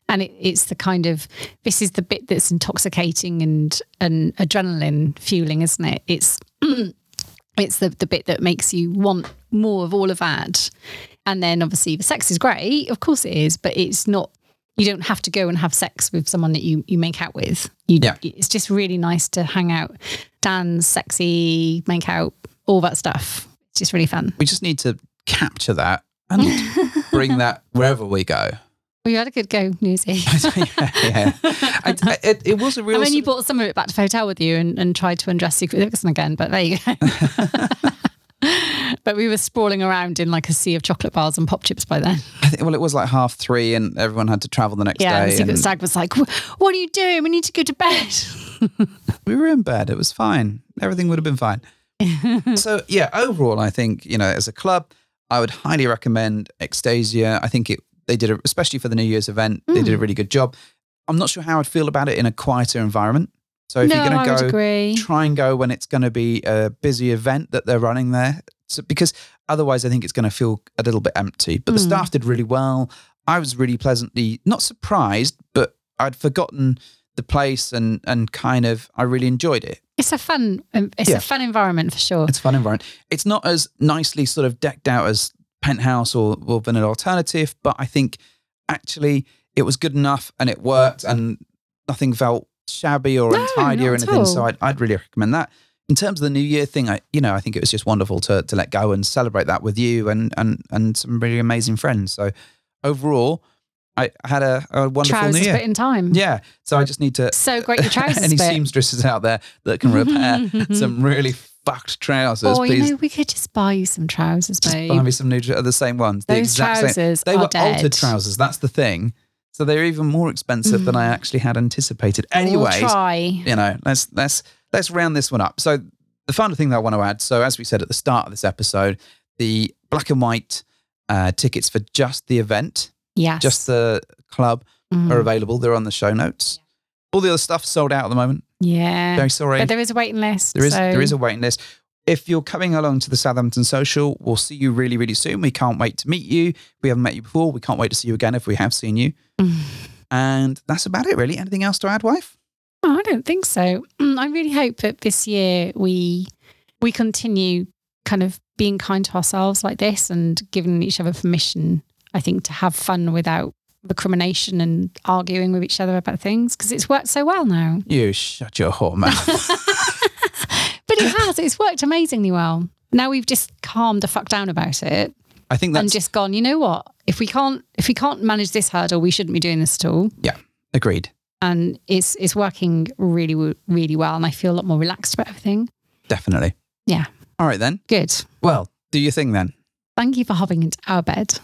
[SPEAKER 2] and it, it's the kind of this is the bit that's intoxicating and and adrenaline fueling, isn't it? It's it's the the bit that makes you want more of all of that. And then obviously the sex is great, of course it is, but it's not. You don't have to go and have sex with someone that you you make out with. You,
[SPEAKER 1] Yeah.
[SPEAKER 2] it's just really nice to hang out, dance, sexy, make out, all that stuff. It's just really fun.
[SPEAKER 1] We just need to capture that and bring that wherever we go.
[SPEAKER 2] Well, you had a good go, Newsy.
[SPEAKER 1] yeah, yeah. I, I- it, it was a real.
[SPEAKER 2] And then you
[SPEAKER 1] sort
[SPEAKER 2] brought some of it back to the hotel with you and, and tried to undress Secret Vixen again, but there you go. but we were sprawling around in like a sea of chocolate bars and pop chips by then.
[SPEAKER 1] of- I think- well, it was like half three, and everyone had to travel the next
[SPEAKER 2] Yeah, and the
[SPEAKER 1] day.
[SPEAKER 2] secret
[SPEAKER 1] and
[SPEAKER 2] stag was like, "Wh- "What are you doing? We need to go to bed."
[SPEAKER 1] we were in bed. It was fine. Everything would have been fine. so yeah, overall, I think you know, as a club, I would highly recommend Extasia. I think it they did, a, especially for the New Year's event, they
[SPEAKER 2] Mm.
[SPEAKER 1] did a really good job. I'm not sure how I'd feel about it in a quieter environment. So if
[SPEAKER 2] no,
[SPEAKER 1] you're going
[SPEAKER 2] I
[SPEAKER 1] to go,
[SPEAKER 2] would agree.
[SPEAKER 1] try and go when it's going to be a busy event that they're running there so, because otherwise i think it's going to feel a little bit empty but the
[SPEAKER 2] Mm.
[SPEAKER 1] staff did really well i was really pleasantly not surprised but i'd forgotten the place and and kind of i really enjoyed it
[SPEAKER 2] It's a fun, um, it's
[SPEAKER 1] Yeah.
[SPEAKER 2] a fun environment for sure.
[SPEAKER 1] it's a fun environment it's not as nicely sort of decked out as penthouse or, or vanilla alternative but i think actually it was good enough and it worked and nothing felt shabby or
[SPEAKER 2] No,
[SPEAKER 1] untidy or
[SPEAKER 2] not at
[SPEAKER 1] anything so
[SPEAKER 2] all.
[SPEAKER 1] I'd, I'd really recommend that in terms of the new year thing i you know i think it was just wonderful to, to let go and celebrate that with you and and and some really amazing friends so overall i had a, a wonderful
[SPEAKER 2] Trousers
[SPEAKER 1] new year
[SPEAKER 2] spit in time.
[SPEAKER 1] yeah so i just need to
[SPEAKER 2] So great your trousers
[SPEAKER 1] any
[SPEAKER 2] spit.
[SPEAKER 1] seamstresses out there that can repair some really fucked trousers,
[SPEAKER 2] or
[SPEAKER 1] please
[SPEAKER 2] Oh, you know, we could just buy you some trousers, babe.
[SPEAKER 1] buy me some new tr- the same ones. the
[SPEAKER 2] Those
[SPEAKER 1] exact
[SPEAKER 2] trousers
[SPEAKER 1] same. They
[SPEAKER 2] are
[SPEAKER 1] were altered
[SPEAKER 2] dead.
[SPEAKER 1] trousers. That's the thing. So they're even more expensive than I actually had anticipated.
[SPEAKER 2] Mm. we'll
[SPEAKER 1] Anyways,
[SPEAKER 2] try.
[SPEAKER 1] you know, let's let's let's round this one up. So the final thing that I want to add. So as we said at the start of this episode, the black and white uh, tickets for just the event,
[SPEAKER 2] Yes.
[SPEAKER 1] just the club,
[SPEAKER 2] Mm.
[SPEAKER 1] are available. They're on the show notes. All the other stuff sold out at the moment.
[SPEAKER 2] yeah.
[SPEAKER 1] Very sorry.
[SPEAKER 2] But there is a waiting list.
[SPEAKER 1] There is
[SPEAKER 2] so-
[SPEAKER 1] there is a waiting list. If you're coming along to the Southampton Social, we'll see you really, really soon. We can't wait to meet you. If we haven't met you before. We can't wait to see you again if we have seen you. And that's about it, really. Anything else to add, wife?
[SPEAKER 2] Oh, I don't think so. Mm, I really hope that this year we we continue kind of being kind to ourselves like this and giving each other permission, I think, to have fun without recrimination and arguing with each other about things because it's worked so well now.
[SPEAKER 1] You shut your whore mouth.
[SPEAKER 2] But it has, it's worked amazingly well. Now we've just calmed the fuck down about it
[SPEAKER 1] I think
[SPEAKER 2] and
[SPEAKER 1] that's
[SPEAKER 2] just gone, you know what? If we can't if we can't manage this hurdle, we shouldn't be doing this at all.
[SPEAKER 1] agreed.
[SPEAKER 2] And it's it's working really w- really well and I feel a lot more relaxed about everything.
[SPEAKER 1] Definitely.
[SPEAKER 2] Yeah.
[SPEAKER 1] All right then.
[SPEAKER 2] Good.
[SPEAKER 1] Well, do your thing then.
[SPEAKER 2] Thank you for hopping into our bed.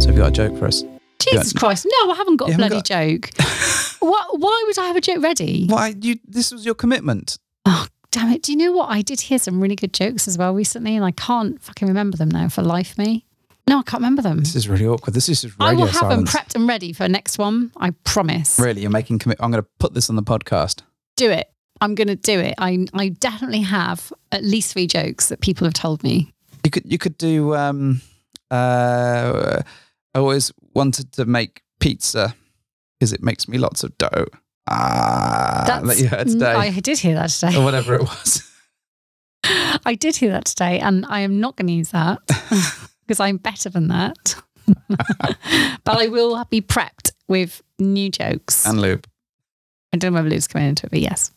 [SPEAKER 1] So have you got a joke for us?
[SPEAKER 2] Jesus Christ. No, I haven't got
[SPEAKER 1] You
[SPEAKER 2] a
[SPEAKER 1] haven't
[SPEAKER 2] bloody joke. what, why would I have a joke ready?
[SPEAKER 1] Why you this was your commitment.
[SPEAKER 2] Oh, damn it. Do you know what? I did hear some really good jokes as well recently, and I can't fucking remember them now for life me. No, I can't remember them.
[SPEAKER 1] This is really awkward. This is just radio
[SPEAKER 2] I will have
[SPEAKER 1] silence.
[SPEAKER 2] them prepped and ready for next one. I promise.
[SPEAKER 1] really, you're making commit I'm gonna put this on the podcast.
[SPEAKER 2] Do it. I'm going to do it. I, I definitely have at least three jokes that people have told me.
[SPEAKER 1] You could you could do. Um, uh, I always wanted to make pizza because it makes me lots of dough. Ah, that you heard today,
[SPEAKER 2] I did hear that today.
[SPEAKER 1] or whatever it was.
[SPEAKER 2] I did hear that today, and I am not going to use that because I'm better than that. but I will be prepped with new jokes.
[SPEAKER 1] and lube.
[SPEAKER 2] I don't know whether Luke's coming into it, but yes.